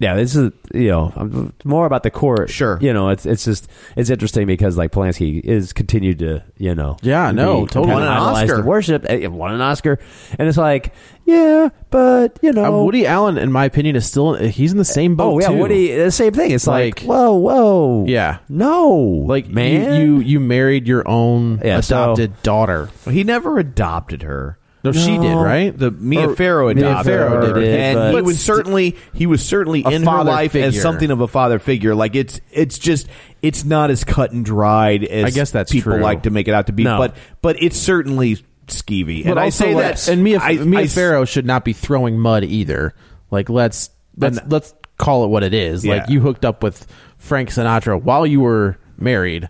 [SPEAKER 3] yeah, this is you know I'm more about the core.
[SPEAKER 1] Sure.
[SPEAKER 3] you know it's it's just it's interesting because like Polanski is continued to you know
[SPEAKER 2] Yeah, no,
[SPEAKER 3] be
[SPEAKER 2] totally.
[SPEAKER 3] kinda
[SPEAKER 2] Won an
[SPEAKER 3] idolized
[SPEAKER 1] Oscar.
[SPEAKER 3] and worshipped, eh, won an Oscar, and it's like yeah, but you
[SPEAKER 2] Uh,
[SPEAKER 3] know
[SPEAKER 2] Woody Allen, in my opinion, is still he's in the same boat.
[SPEAKER 3] Oh yeah,
[SPEAKER 2] too.
[SPEAKER 3] Woody. The same thing. It's like,
[SPEAKER 2] Like-
[SPEAKER 3] whoa, whoa.
[SPEAKER 2] Yeah.
[SPEAKER 3] No,
[SPEAKER 2] Like you-
[SPEAKER 3] man,
[SPEAKER 2] you, you married your own
[SPEAKER 3] Yeah, so-
[SPEAKER 2] adopted daughter.
[SPEAKER 1] he never adopted her.
[SPEAKER 2] No, she did, right?
[SPEAKER 1] The Mia
[SPEAKER 2] Or-
[SPEAKER 1] Farrow
[SPEAKER 2] Mia
[SPEAKER 1] adopted
[SPEAKER 2] Farrow
[SPEAKER 1] her,
[SPEAKER 2] did it, but-
[SPEAKER 1] and he
[SPEAKER 2] But
[SPEAKER 1] was certainly he was certainly
[SPEAKER 2] a
[SPEAKER 1] in her
[SPEAKER 2] father
[SPEAKER 1] life as
[SPEAKER 2] figure.
[SPEAKER 1] something of a father figure. Like it's it's just it's not as cut and dried as
[SPEAKER 2] I guess that's
[SPEAKER 1] people
[SPEAKER 2] true.
[SPEAKER 1] like to make it out to be.
[SPEAKER 3] No.
[SPEAKER 1] But but it's certainly skeevy, and I
[SPEAKER 2] also,
[SPEAKER 1] say
[SPEAKER 2] like-
[SPEAKER 1] that
[SPEAKER 2] And Mia,
[SPEAKER 1] I-
[SPEAKER 2] Mia
[SPEAKER 1] I-
[SPEAKER 2] Farrow should not be throwing mud either. Like let's let's
[SPEAKER 1] And-
[SPEAKER 2] let's call it what it is.
[SPEAKER 1] Yeah.
[SPEAKER 2] Like you hooked up with Frank Sinatra while you were married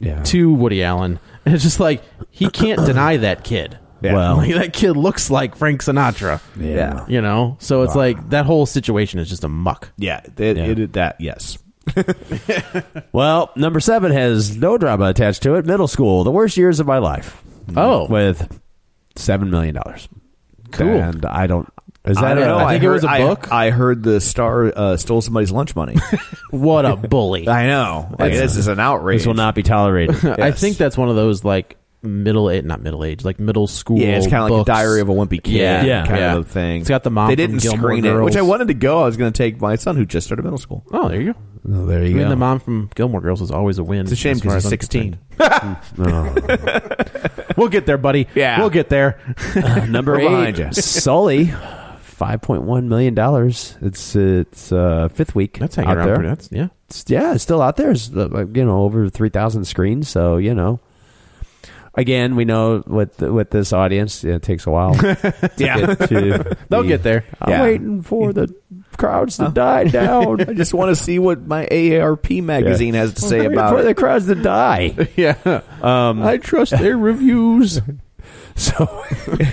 [SPEAKER 3] Yeah.
[SPEAKER 2] to Woody Allen, (laughs) and it's just like he can't deny that kid.
[SPEAKER 1] Yeah.
[SPEAKER 3] Well-
[SPEAKER 2] Like, that kid looks like Frank Sinatra.
[SPEAKER 3] Yeah.
[SPEAKER 2] you know. So it's like that whole situation is just a muck.
[SPEAKER 1] Yeah, it,
[SPEAKER 3] Yeah.
[SPEAKER 1] It, that yes.
[SPEAKER 3] Well, number seven has no drama attached to it. Middle school, the worst years of my life.
[SPEAKER 2] Oh.
[SPEAKER 3] with seven million dollars.
[SPEAKER 2] Cool.
[SPEAKER 3] And I don't. Is that
[SPEAKER 1] I don't
[SPEAKER 3] a-
[SPEAKER 1] know.
[SPEAKER 2] I think it
[SPEAKER 1] heard-
[SPEAKER 2] was a book.
[SPEAKER 1] I, I heard the star uh, stole somebody's lunch
[SPEAKER 2] (laughs)
[SPEAKER 1] money.
[SPEAKER 2] What a bully!
[SPEAKER 1] I know. Like, this is an outrage.
[SPEAKER 3] This will not be tolerated.
[SPEAKER 2] (laughs) I
[SPEAKER 1] Yes.
[SPEAKER 2] think that's one of those like middle age, not middle age, like middle school.
[SPEAKER 1] Yeah, it's kind of like
[SPEAKER 2] books.
[SPEAKER 1] a Diary of a Wimpy Kid,
[SPEAKER 2] Yeah,
[SPEAKER 3] Yeah.
[SPEAKER 1] kind
[SPEAKER 2] yeah.
[SPEAKER 1] of a thing.
[SPEAKER 2] It's got the mom
[SPEAKER 1] They
[SPEAKER 2] from
[SPEAKER 1] didn't
[SPEAKER 2] Gilmore
[SPEAKER 1] screen it,
[SPEAKER 2] Girls.
[SPEAKER 1] which I wanted to go. I was going to take my son who just started middle school.
[SPEAKER 2] Oh, there you go.
[SPEAKER 3] No, there you
[SPEAKER 2] Even
[SPEAKER 3] go.
[SPEAKER 2] the mom from Gilmore Girls is always a win.
[SPEAKER 3] (laughs)
[SPEAKER 1] It's a shame
[SPEAKER 2] as far
[SPEAKER 1] because he's
[SPEAKER 2] as I'm
[SPEAKER 1] 16.
[SPEAKER 2] concerned. We'll get there, buddy.
[SPEAKER 1] Yeah.
[SPEAKER 2] we'll get (laughs) there.
[SPEAKER 3] Number
[SPEAKER 1] We're behind you.
[SPEAKER 3] eight, Sully, five point one million dollars. It's it's uh, fifth week.
[SPEAKER 2] That's hanging
[SPEAKER 3] out
[SPEAKER 2] around.
[SPEAKER 3] there.
[SPEAKER 2] Pretty, that's yeah.
[SPEAKER 3] It's- yeah, it's still out there. It's uh, like, you know over three thousand screens. So you know. Again, we know with with this audience, it takes a
[SPEAKER 2] (laughs)
[SPEAKER 3] while. to
[SPEAKER 1] Yeah.
[SPEAKER 3] get to
[SPEAKER 2] They'll
[SPEAKER 3] the-
[SPEAKER 2] get there. Oh,
[SPEAKER 3] I'm
[SPEAKER 1] Yeah.
[SPEAKER 3] (laughs) waiting for the crowds to die (laughs) down.
[SPEAKER 1] I just want to see what my AARP magazine has to
[SPEAKER 3] I'm
[SPEAKER 1] say
[SPEAKER 3] waiting
[SPEAKER 1] about
[SPEAKER 3] for
[SPEAKER 1] it.
[SPEAKER 3] the crowds to die.
[SPEAKER 2] Yeah,
[SPEAKER 3] Um,
[SPEAKER 2] I trust their reviews.
[SPEAKER 3] (laughs) So,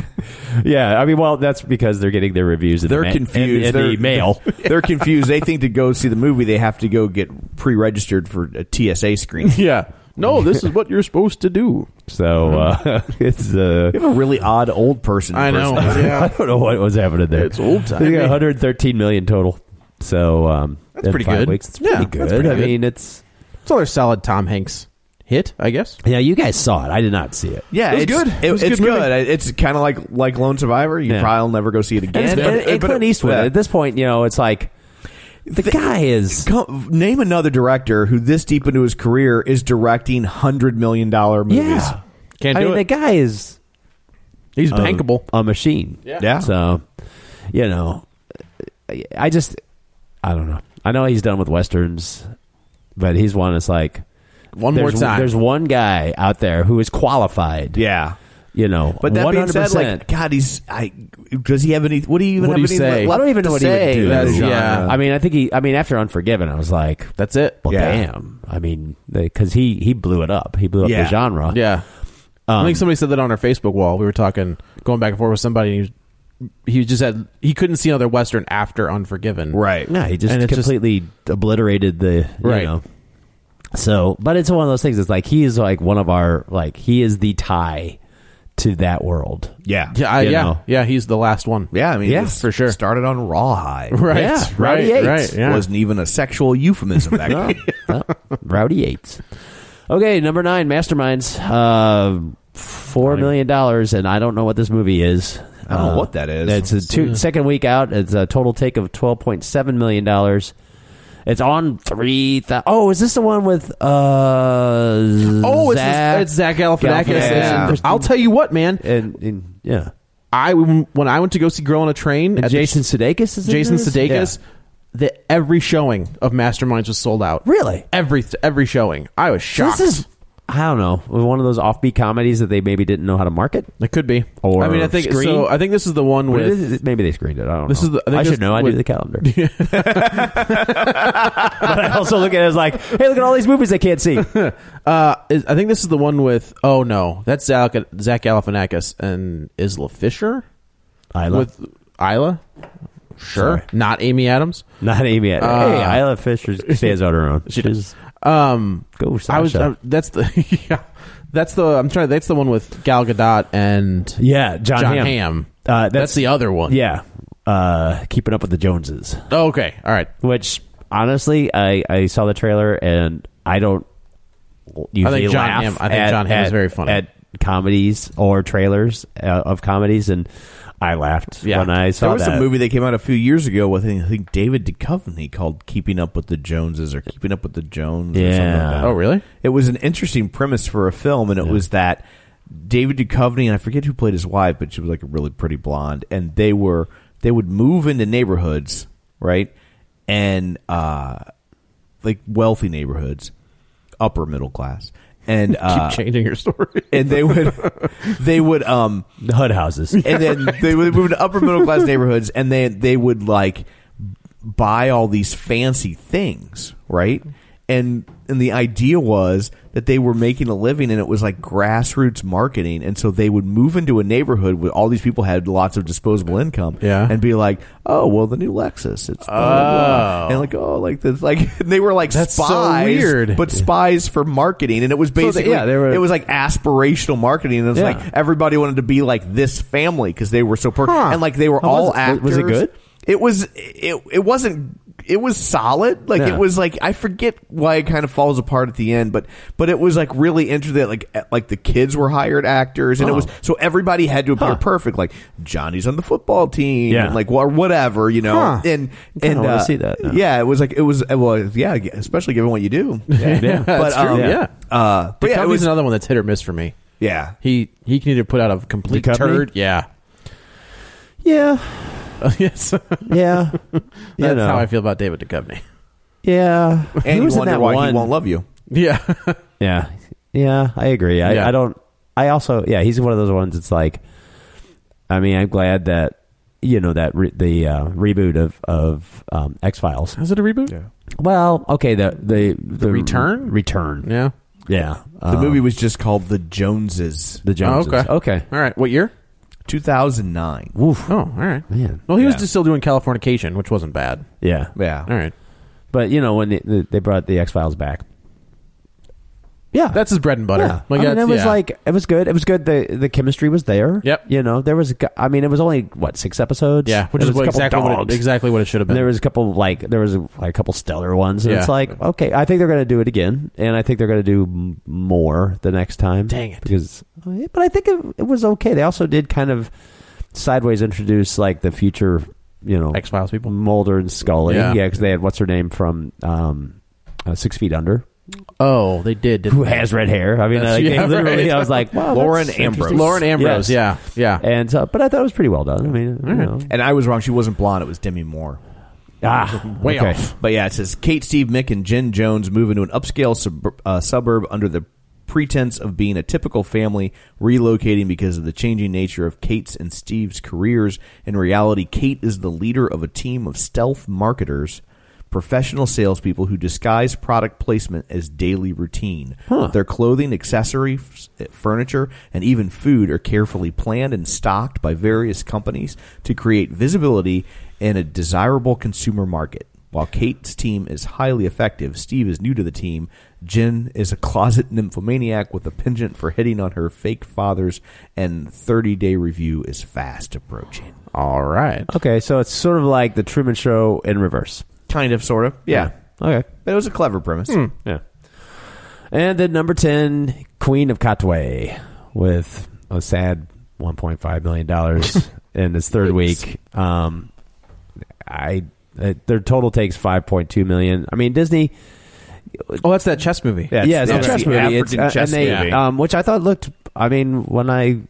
[SPEAKER 3] (laughs) yeah, I mean, well, that's because they're getting their reviews. In
[SPEAKER 1] They're
[SPEAKER 3] the ma-
[SPEAKER 1] confused.
[SPEAKER 3] In, in
[SPEAKER 1] they're, (laughs)
[SPEAKER 3] the mail.
[SPEAKER 1] They're confused. They think to go see the movie, they have to go get pre-registered for a TSA screen.
[SPEAKER 2] (laughs)
[SPEAKER 1] You
[SPEAKER 2] yeah, no, this is what you're supposed to do.
[SPEAKER 3] So uh, (laughs) it's uh,
[SPEAKER 1] have a really odd old person.
[SPEAKER 2] I know.
[SPEAKER 1] personality.
[SPEAKER 3] I don't know what was happening there.
[SPEAKER 2] It's old
[SPEAKER 3] They
[SPEAKER 2] timey.
[SPEAKER 3] got 113 million total. So um, that's
[SPEAKER 2] pretty good.
[SPEAKER 3] Weeks, it's
[SPEAKER 2] Yeah,
[SPEAKER 3] pretty
[SPEAKER 2] that's
[SPEAKER 3] good.
[SPEAKER 2] pretty
[SPEAKER 3] I
[SPEAKER 2] good.
[SPEAKER 3] mean, it's
[SPEAKER 2] It's another solid Tom Hanks hit, I guess.
[SPEAKER 3] yeah. You guys saw it. I did not see it.
[SPEAKER 2] It
[SPEAKER 1] Yeah,
[SPEAKER 2] was
[SPEAKER 1] it's
[SPEAKER 2] good.
[SPEAKER 1] It,
[SPEAKER 2] It was a
[SPEAKER 1] it's
[SPEAKER 2] good
[SPEAKER 1] good.
[SPEAKER 2] movie.
[SPEAKER 1] It's kind of like like Lone Survivor. You
[SPEAKER 3] Yeah.
[SPEAKER 1] probably will never go see it
[SPEAKER 3] And,
[SPEAKER 1] again.
[SPEAKER 3] it's- and, and
[SPEAKER 1] But-
[SPEAKER 3] Clint Eastwood.
[SPEAKER 1] yeah.
[SPEAKER 3] At this point, you know, it's like the, guy is.
[SPEAKER 1] Come, name another director who this deep into his career is directing hundred million dollar movies.
[SPEAKER 3] Yeah,
[SPEAKER 2] Can't
[SPEAKER 3] I
[SPEAKER 2] do
[SPEAKER 3] mean, the
[SPEAKER 2] it.
[SPEAKER 3] guy is
[SPEAKER 2] He's
[SPEAKER 3] a-
[SPEAKER 2] bankable.
[SPEAKER 3] a machine.
[SPEAKER 2] Yeah.
[SPEAKER 1] Yeah.
[SPEAKER 3] So, you know, I- I just, I don't know. I know he's done with westerns, but he's one that's like
[SPEAKER 2] One more
[SPEAKER 3] there's,
[SPEAKER 2] time.
[SPEAKER 3] There's one guy out there who is qualified.
[SPEAKER 1] Yeah.
[SPEAKER 3] You know,
[SPEAKER 1] But that
[SPEAKER 3] 100%.
[SPEAKER 1] being said, like God, he's I does he have any? What do you even
[SPEAKER 2] What
[SPEAKER 1] have
[SPEAKER 2] do
[SPEAKER 1] any
[SPEAKER 2] you say?
[SPEAKER 1] left
[SPEAKER 3] I don't even know
[SPEAKER 1] to
[SPEAKER 3] what
[SPEAKER 1] say?
[SPEAKER 3] he would do.
[SPEAKER 2] That's-
[SPEAKER 1] uh,
[SPEAKER 2] yeah.
[SPEAKER 3] I mean, I think he. I mean, after Unforgiven, I was like,
[SPEAKER 2] That's it.
[SPEAKER 3] well,
[SPEAKER 1] Yeah.
[SPEAKER 3] damn. I mean, because he he blew it up. He blew up
[SPEAKER 1] Yeah.
[SPEAKER 3] the genre.
[SPEAKER 2] Yeah. I
[SPEAKER 3] Um,
[SPEAKER 2] think somebody said that on our Facebook wall. We were talking, going back and forth with somebody. And he, he just had he couldn't see another western after Unforgiven.
[SPEAKER 1] right?
[SPEAKER 3] Yeah, he
[SPEAKER 2] And
[SPEAKER 3] just
[SPEAKER 2] it's just-
[SPEAKER 3] completely obliterated the
[SPEAKER 2] Right.
[SPEAKER 3] You know. So, but it's one of those things. It's like he is like one of our like he is the tie to that world.
[SPEAKER 1] Yeah,
[SPEAKER 2] Yeah. I,
[SPEAKER 3] You
[SPEAKER 2] yeah.
[SPEAKER 3] know.
[SPEAKER 2] Yeah. He's the last one.
[SPEAKER 1] yeah. I mean,
[SPEAKER 3] Yeah,
[SPEAKER 1] this
[SPEAKER 2] for
[SPEAKER 3] (laughs)
[SPEAKER 2] sure.
[SPEAKER 1] Started on Rawhide.
[SPEAKER 2] Right.
[SPEAKER 3] Yeah, Rowdy
[SPEAKER 2] right.
[SPEAKER 3] Yates.
[SPEAKER 2] Right. Yeah.
[SPEAKER 1] (laughs) Wasn't even a sexual euphemism back
[SPEAKER 2] (laughs)
[SPEAKER 1] then. (laughs)
[SPEAKER 3] Oh, Rowdy Yates. Okay, number nine, Masterminds. Uh, Four million dollars, and I don't know what this movie is.
[SPEAKER 1] I don't know
[SPEAKER 3] Uh,
[SPEAKER 1] what that is.
[SPEAKER 3] It's a two, second week out. It's a total take of twelve point seven million dollars. It's on three. thou- oh, is this the one with? uh
[SPEAKER 2] Oh, it's
[SPEAKER 3] Zach?
[SPEAKER 2] Zach, it's Zach Galifianakis.
[SPEAKER 1] Galifianakis.
[SPEAKER 2] And I'll tell you what, man.
[SPEAKER 3] and, and yeah,
[SPEAKER 2] I when I went to go see Girl on a Train,
[SPEAKER 3] and
[SPEAKER 2] at the-
[SPEAKER 3] Jason Sudeikis is in
[SPEAKER 2] Jason
[SPEAKER 3] this?
[SPEAKER 2] Sudeikis,
[SPEAKER 3] Yeah.
[SPEAKER 2] the every showing of Masterminds was sold out.
[SPEAKER 3] Really?
[SPEAKER 2] Every every showing. I was
[SPEAKER 3] So
[SPEAKER 2] shocked.
[SPEAKER 3] this is I don't know one of those offbeat comedies that they maybe didn't know how to market.
[SPEAKER 2] it could be.
[SPEAKER 3] Or
[SPEAKER 2] I mean, I think
[SPEAKER 3] Scream?
[SPEAKER 2] so. I think this is the one
[SPEAKER 3] Or
[SPEAKER 2] with
[SPEAKER 3] this is- maybe they screened it. I don't
[SPEAKER 2] This
[SPEAKER 3] know.
[SPEAKER 2] is the- I think
[SPEAKER 3] I,
[SPEAKER 2] this
[SPEAKER 3] should know. I
[SPEAKER 2] would-
[SPEAKER 3] do the calendar. (laughs) but I also look at it as like, hey, look at all these movies I can't (laughs) see.
[SPEAKER 2] Uh, is, I think this is the one with. Oh no, that's Zach, Zach Galifianakis and Isla Fisher
[SPEAKER 3] I love
[SPEAKER 2] with Isla. Sure,
[SPEAKER 3] Sorry.
[SPEAKER 2] not Amy Adams.
[SPEAKER 3] not Amy. Yet.
[SPEAKER 2] Uh,
[SPEAKER 3] hey, Isla Fisher stands on her own. (laughs) She just
[SPEAKER 2] Um,
[SPEAKER 3] go. Sasha.
[SPEAKER 2] I was. I, that's the. (laughs) yeah, that's the. I'm trying. That's the one with Gal Gadot and
[SPEAKER 3] yeah, John,
[SPEAKER 2] John
[SPEAKER 3] Hamm.
[SPEAKER 2] Hamm.
[SPEAKER 3] Uh, that's,
[SPEAKER 2] That's, the other one.
[SPEAKER 3] yeah. Uh, keeping up with the Joneses.
[SPEAKER 2] Oh, okay. All right.
[SPEAKER 3] which honestly I, I saw the trailer and I don't usually
[SPEAKER 2] think John
[SPEAKER 3] laugh
[SPEAKER 2] Hamm- I think
[SPEAKER 3] at,
[SPEAKER 2] John Hamm is
[SPEAKER 3] at-
[SPEAKER 2] very funny.
[SPEAKER 3] at comedies or trailers uh, of comedies and I laughed
[SPEAKER 2] Yeah.
[SPEAKER 3] when I saw
[SPEAKER 1] There was
[SPEAKER 3] that
[SPEAKER 1] a movie that came out a few years ago with I think David Duchovny called "Keeping Up with the Joneses" or "Keeping Up with the Jones." Or something like
[SPEAKER 3] Yeah.
[SPEAKER 1] that. Oh,
[SPEAKER 2] Oh, really?
[SPEAKER 1] It was an interesting premise for a film, and it was that David Duchovny and I forget who played his wife, but she was like a really pretty blonde, and they were they would move into neighborhoods, right, and uh, like wealthy neighborhoods, upper middle class, and uh,
[SPEAKER 2] Keep (laughs) changing your
[SPEAKER 3] (laughs)
[SPEAKER 2] story.
[SPEAKER 1] and they would they would um
[SPEAKER 3] the
[SPEAKER 1] (laughs)
[SPEAKER 3] HUD houses.
[SPEAKER 1] and then they would move to upper middle class neighborhoods and they they would like buy all these fancy things right and and the idea was that they were making a living and it was like grassroots marketing and so they would move into a neighborhood where all these people had lots of disposable income
[SPEAKER 2] Yeah.
[SPEAKER 1] and be like oh well the new lexus it's blah, blah, blah. and like oh like this like (laughs) they were like
[SPEAKER 2] That's so
[SPEAKER 1] spies
[SPEAKER 2] weird.
[SPEAKER 1] but spies for marketing and it was
[SPEAKER 3] they-
[SPEAKER 1] basically
[SPEAKER 3] yeah, they were-
[SPEAKER 1] it was like aspirational marketing and it's
[SPEAKER 3] Yeah.
[SPEAKER 1] like everybody wanted to be like this family because they were so perfect
[SPEAKER 2] Huh.
[SPEAKER 1] and like they were
[SPEAKER 3] How
[SPEAKER 1] all
[SPEAKER 3] was it?
[SPEAKER 1] actors
[SPEAKER 3] Was it good?
[SPEAKER 1] it was it, it wasn't it was solid like
[SPEAKER 3] Yeah.
[SPEAKER 1] it was like i forget why it kind of falls apart at the end but but it was like really interesting like like the kids were hired actors and it
[SPEAKER 3] Oh.
[SPEAKER 1] was so everybody had to appear perfect like johnny's on the football team
[SPEAKER 3] Yeah.
[SPEAKER 1] and like or whatever you know
[SPEAKER 2] Huh.
[SPEAKER 1] and
[SPEAKER 3] kinda
[SPEAKER 1] and uh,
[SPEAKER 3] wanna see that now.
[SPEAKER 1] yeah it was like it was well yeah especially given what you
[SPEAKER 3] (laughs)
[SPEAKER 1] do
[SPEAKER 2] yeah,
[SPEAKER 1] but
[SPEAKER 2] that's true.
[SPEAKER 1] um,
[SPEAKER 2] yeah.
[SPEAKER 1] uh but yeah it
[SPEAKER 2] Duchovny's
[SPEAKER 1] was
[SPEAKER 2] another one that's hit or miss for me.
[SPEAKER 1] yeah
[SPEAKER 2] He he can either put out a complete
[SPEAKER 3] Duchovny?
[SPEAKER 2] turd. Yeah. (laughs)
[SPEAKER 3] Yeah,
[SPEAKER 2] yes. That's
[SPEAKER 1] (laughs)
[SPEAKER 3] yeah, you know.
[SPEAKER 2] how I feel about David Duchovny. (laughs)
[SPEAKER 3] Yeah, He
[SPEAKER 1] and
[SPEAKER 3] was
[SPEAKER 1] you
[SPEAKER 3] in
[SPEAKER 1] wonder
[SPEAKER 3] that
[SPEAKER 1] why he
[SPEAKER 3] one-
[SPEAKER 1] won't love you
[SPEAKER 2] Yeah.
[SPEAKER 3] Yeah, yeah, I agree. I,
[SPEAKER 2] Yeah.
[SPEAKER 3] I don't. I also yeah, he's one of those ones. It's like, I mean, I'm glad that you know that re- the uh, reboot of of um, X Files.
[SPEAKER 2] Is it a reboot? Yeah.
[SPEAKER 3] Well, okay, the the the,
[SPEAKER 2] Return?
[SPEAKER 3] return.
[SPEAKER 2] Yeah.
[SPEAKER 3] Yeah,
[SPEAKER 1] the movie was just called the joneses
[SPEAKER 3] Um, the Joneses.
[SPEAKER 2] Oh, okay.
[SPEAKER 3] okay,
[SPEAKER 2] All right. What year?
[SPEAKER 1] 2009
[SPEAKER 3] Woof.
[SPEAKER 2] Oh, all right.
[SPEAKER 3] Man.
[SPEAKER 2] Well, he was
[SPEAKER 1] Yeah.
[SPEAKER 2] just still doing Californication, which wasn't bad.
[SPEAKER 3] Yeah,
[SPEAKER 1] yeah
[SPEAKER 2] All right.
[SPEAKER 3] but you know when they, they brought the X Files back. Yeah,
[SPEAKER 2] That's his bread and butter.
[SPEAKER 3] Yeah.
[SPEAKER 2] Like,
[SPEAKER 3] I mean,
[SPEAKER 2] that's-
[SPEAKER 3] it was
[SPEAKER 2] yeah.
[SPEAKER 3] like it was good. It was good. The the chemistry was there.
[SPEAKER 2] Yep.
[SPEAKER 3] You know, there was. a gu- I mean, it was only what six episodes.
[SPEAKER 2] yeah, which is
[SPEAKER 3] There was a
[SPEAKER 2] what
[SPEAKER 3] couple
[SPEAKER 2] exactly what, it,
[SPEAKER 3] dogs.
[SPEAKER 2] exactly what it should have been.
[SPEAKER 3] There was a couple like there was like a couple stellar ones. And It's
[SPEAKER 2] Yeah.
[SPEAKER 3] like okay, I think they're going to do it again, and I think they're going to do m- more the next time.
[SPEAKER 2] Dang it.
[SPEAKER 3] Because, but I think it, it was okay. They also did kind of sideways introduce like the future, you know,
[SPEAKER 2] X Files people.
[SPEAKER 3] Mulder and Scully.
[SPEAKER 2] Yeah.
[SPEAKER 3] Yeah, because they had what's her name from um, uh, Six Feet Under,
[SPEAKER 2] Oh, they did. Didn't
[SPEAKER 3] who
[SPEAKER 2] they?
[SPEAKER 3] has red hair. I mean,
[SPEAKER 2] That's-
[SPEAKER 3] like,
[SPEAKER 2] (laughs)
[SPEAKER 3] they
[SPEAKER 2] yeah,
[SPEAKER 3] literally,
[SPEAKER 2] right.
[SPEAKER 3] I was like, wow,
[SPEAKER 1] Lauren
[SPEAKER 3] that's
[SPEAKER 1] Ambrose.
[SPEAKER 3] interesting.
[SPEAKER 2] Lauren Ambrose?
[SPEAKER 3] Yes.
[SPEAKER 2] Yeah, yeah.
[SPEAKER 3] And so, but I thought it was pretty well done. I mean, you know.
[SPEAKER 1] And I was wrong. She wasn't blonde. It was Demi Moore.
[SPEAKER 3] ah,
[SPEAKER 2] Way
[SPEAKER 3] okay.
[SPEAKER 2] off.
[SPEAKER 1] But yeah, it says Kate, Steve, Mick, and Jen Jones move into an upscale sub- uh, suburb under the pretense of being a typical family, relocating because of the changing nature of Kate's and Steve's careers. In reality, Kate is the leader of a team of stealth marketers. Professional salespeople who disguise product placement as daily routine. Their clothing, accessories, furniture, and even food are carefully planned and stocked by various companies to create visibility in a desirable consumer market. While Kate's team is highly effective, Steve is new to the team. Jen is a closet (laughs) nymphomaniac with a penchant for hitting on her fake fathers, and 30 day review is fast approaching.
[SPEAKER 2] All right.
[SPEAKER 3] Okay, so it's sort of like the Truman Show in reverse.
[SPEAKER 1] Kind of, sort of. Yeah.
[SPEAKER 3] Okay.
[SPEAKER 1] But it was a clever premise.
[SPEAKER 3] Yeah. And then number ten, Queen of Katwe, with a sad one point five million dollars in its third week. Um, I uh, their total takes five point two million. I mean Disney.
[SPEAKER 2] Oh, that's that chess movie.
[SPEAKER 1] Yeah, it's-
[SPEAKER 3] yeah, it's
[SPEAKER 1] it's
[SPEAKER 3] a chess
[SPEAKER 1] the
[SPEAKER 3] movie. It's,
[SPEAKER 1] African
[SPEAKER 3] uh,
[SPEAKER 1] chess
[SPEAKER 3] and they,
[SPEAKER 1] movie.
[SPEAKER 3] Um, which I thought looked. I mean, when I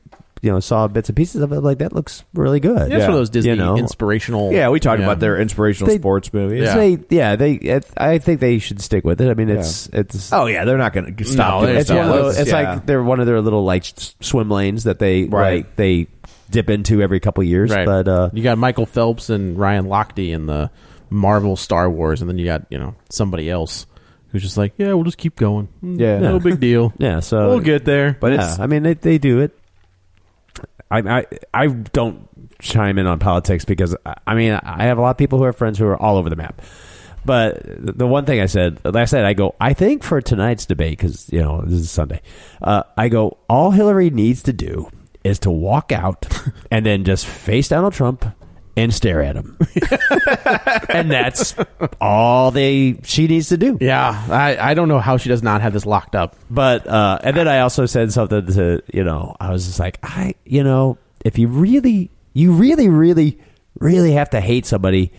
[SPEAKER 3] you know saw bits and pieces of it, like that looks really good.
[SPEAKER 2] That's one of those Disney
[SPEAKER 3] You know?
[SPEAKER 2] inspirational.
[SPEAKER 1] Yeah, we talked
[SPEAKER 2] Yeah.
[SPEAKER 1] about their inspirational
[SPEAKER 3] They-
[SPEAKER 1] sports movies.
[SPEAKER 2] Yeah.
[SPEAKER 3] They, yeah, they. It, I think they should stick with it. I mean, it's it's.
[SPEAKER 1] Oh, yeah, they're not going to
[SPEAKER 2] No,
[SPEAKER 1] stop doing
[SPEAKER 2] they're
[SPEAKER 3] it's
[SPEAKER 1] stuff.
[SPEAKER 3] one of those,
[SPEAKER 2] Yeah.
[SPEAKER 3] it's
[SPEAKER 1] Yeah.
[SPEAKER 3] like they're one of their little like s- swim lanes that they
[SPEAKER 1] Right.
[SPEAKER 3] like they dip into every couple years.
[SPEAKER 2] Right.
[SPEAKER 3] But uh,
[SPEAKER 2] you got Michael Phelps and Ryan Lochte in the Marvel Star Wars, and then you got you know somebody else who's just like, yeah, we'll just keep going. Mm,
[SPEAKER 1] Yeah.
[SPEAKER 2] no
[SPEAKER 3] Yeah.
[SPEAKER 2] big deal.
[SPEAKER 3] yeah, so
[SPEAKER 2] We'll get there.
[SPEAKER 3] But
[SPEAKER 2] Yeah.
[SPEAKER 3] yeah, I mean, they, they do it. I, I I don't chime in on politics because I- I mean I have a lot of people who are friends who are all over the map. But the one thing I said, I said I go. I think for tonight's debate because you know this is Sunday. Uh, I go. All Hillary needs to do is to walk out and then just face Donald Trump and stare at him, and that's all they she needs to do.
[SPEAKER 2] yeah, I, I don't know how she does not have this locked up.
[SPEAKER 3] But uh, and then I also said something to you know I was just like I you know if you really you really really really have to hate somebody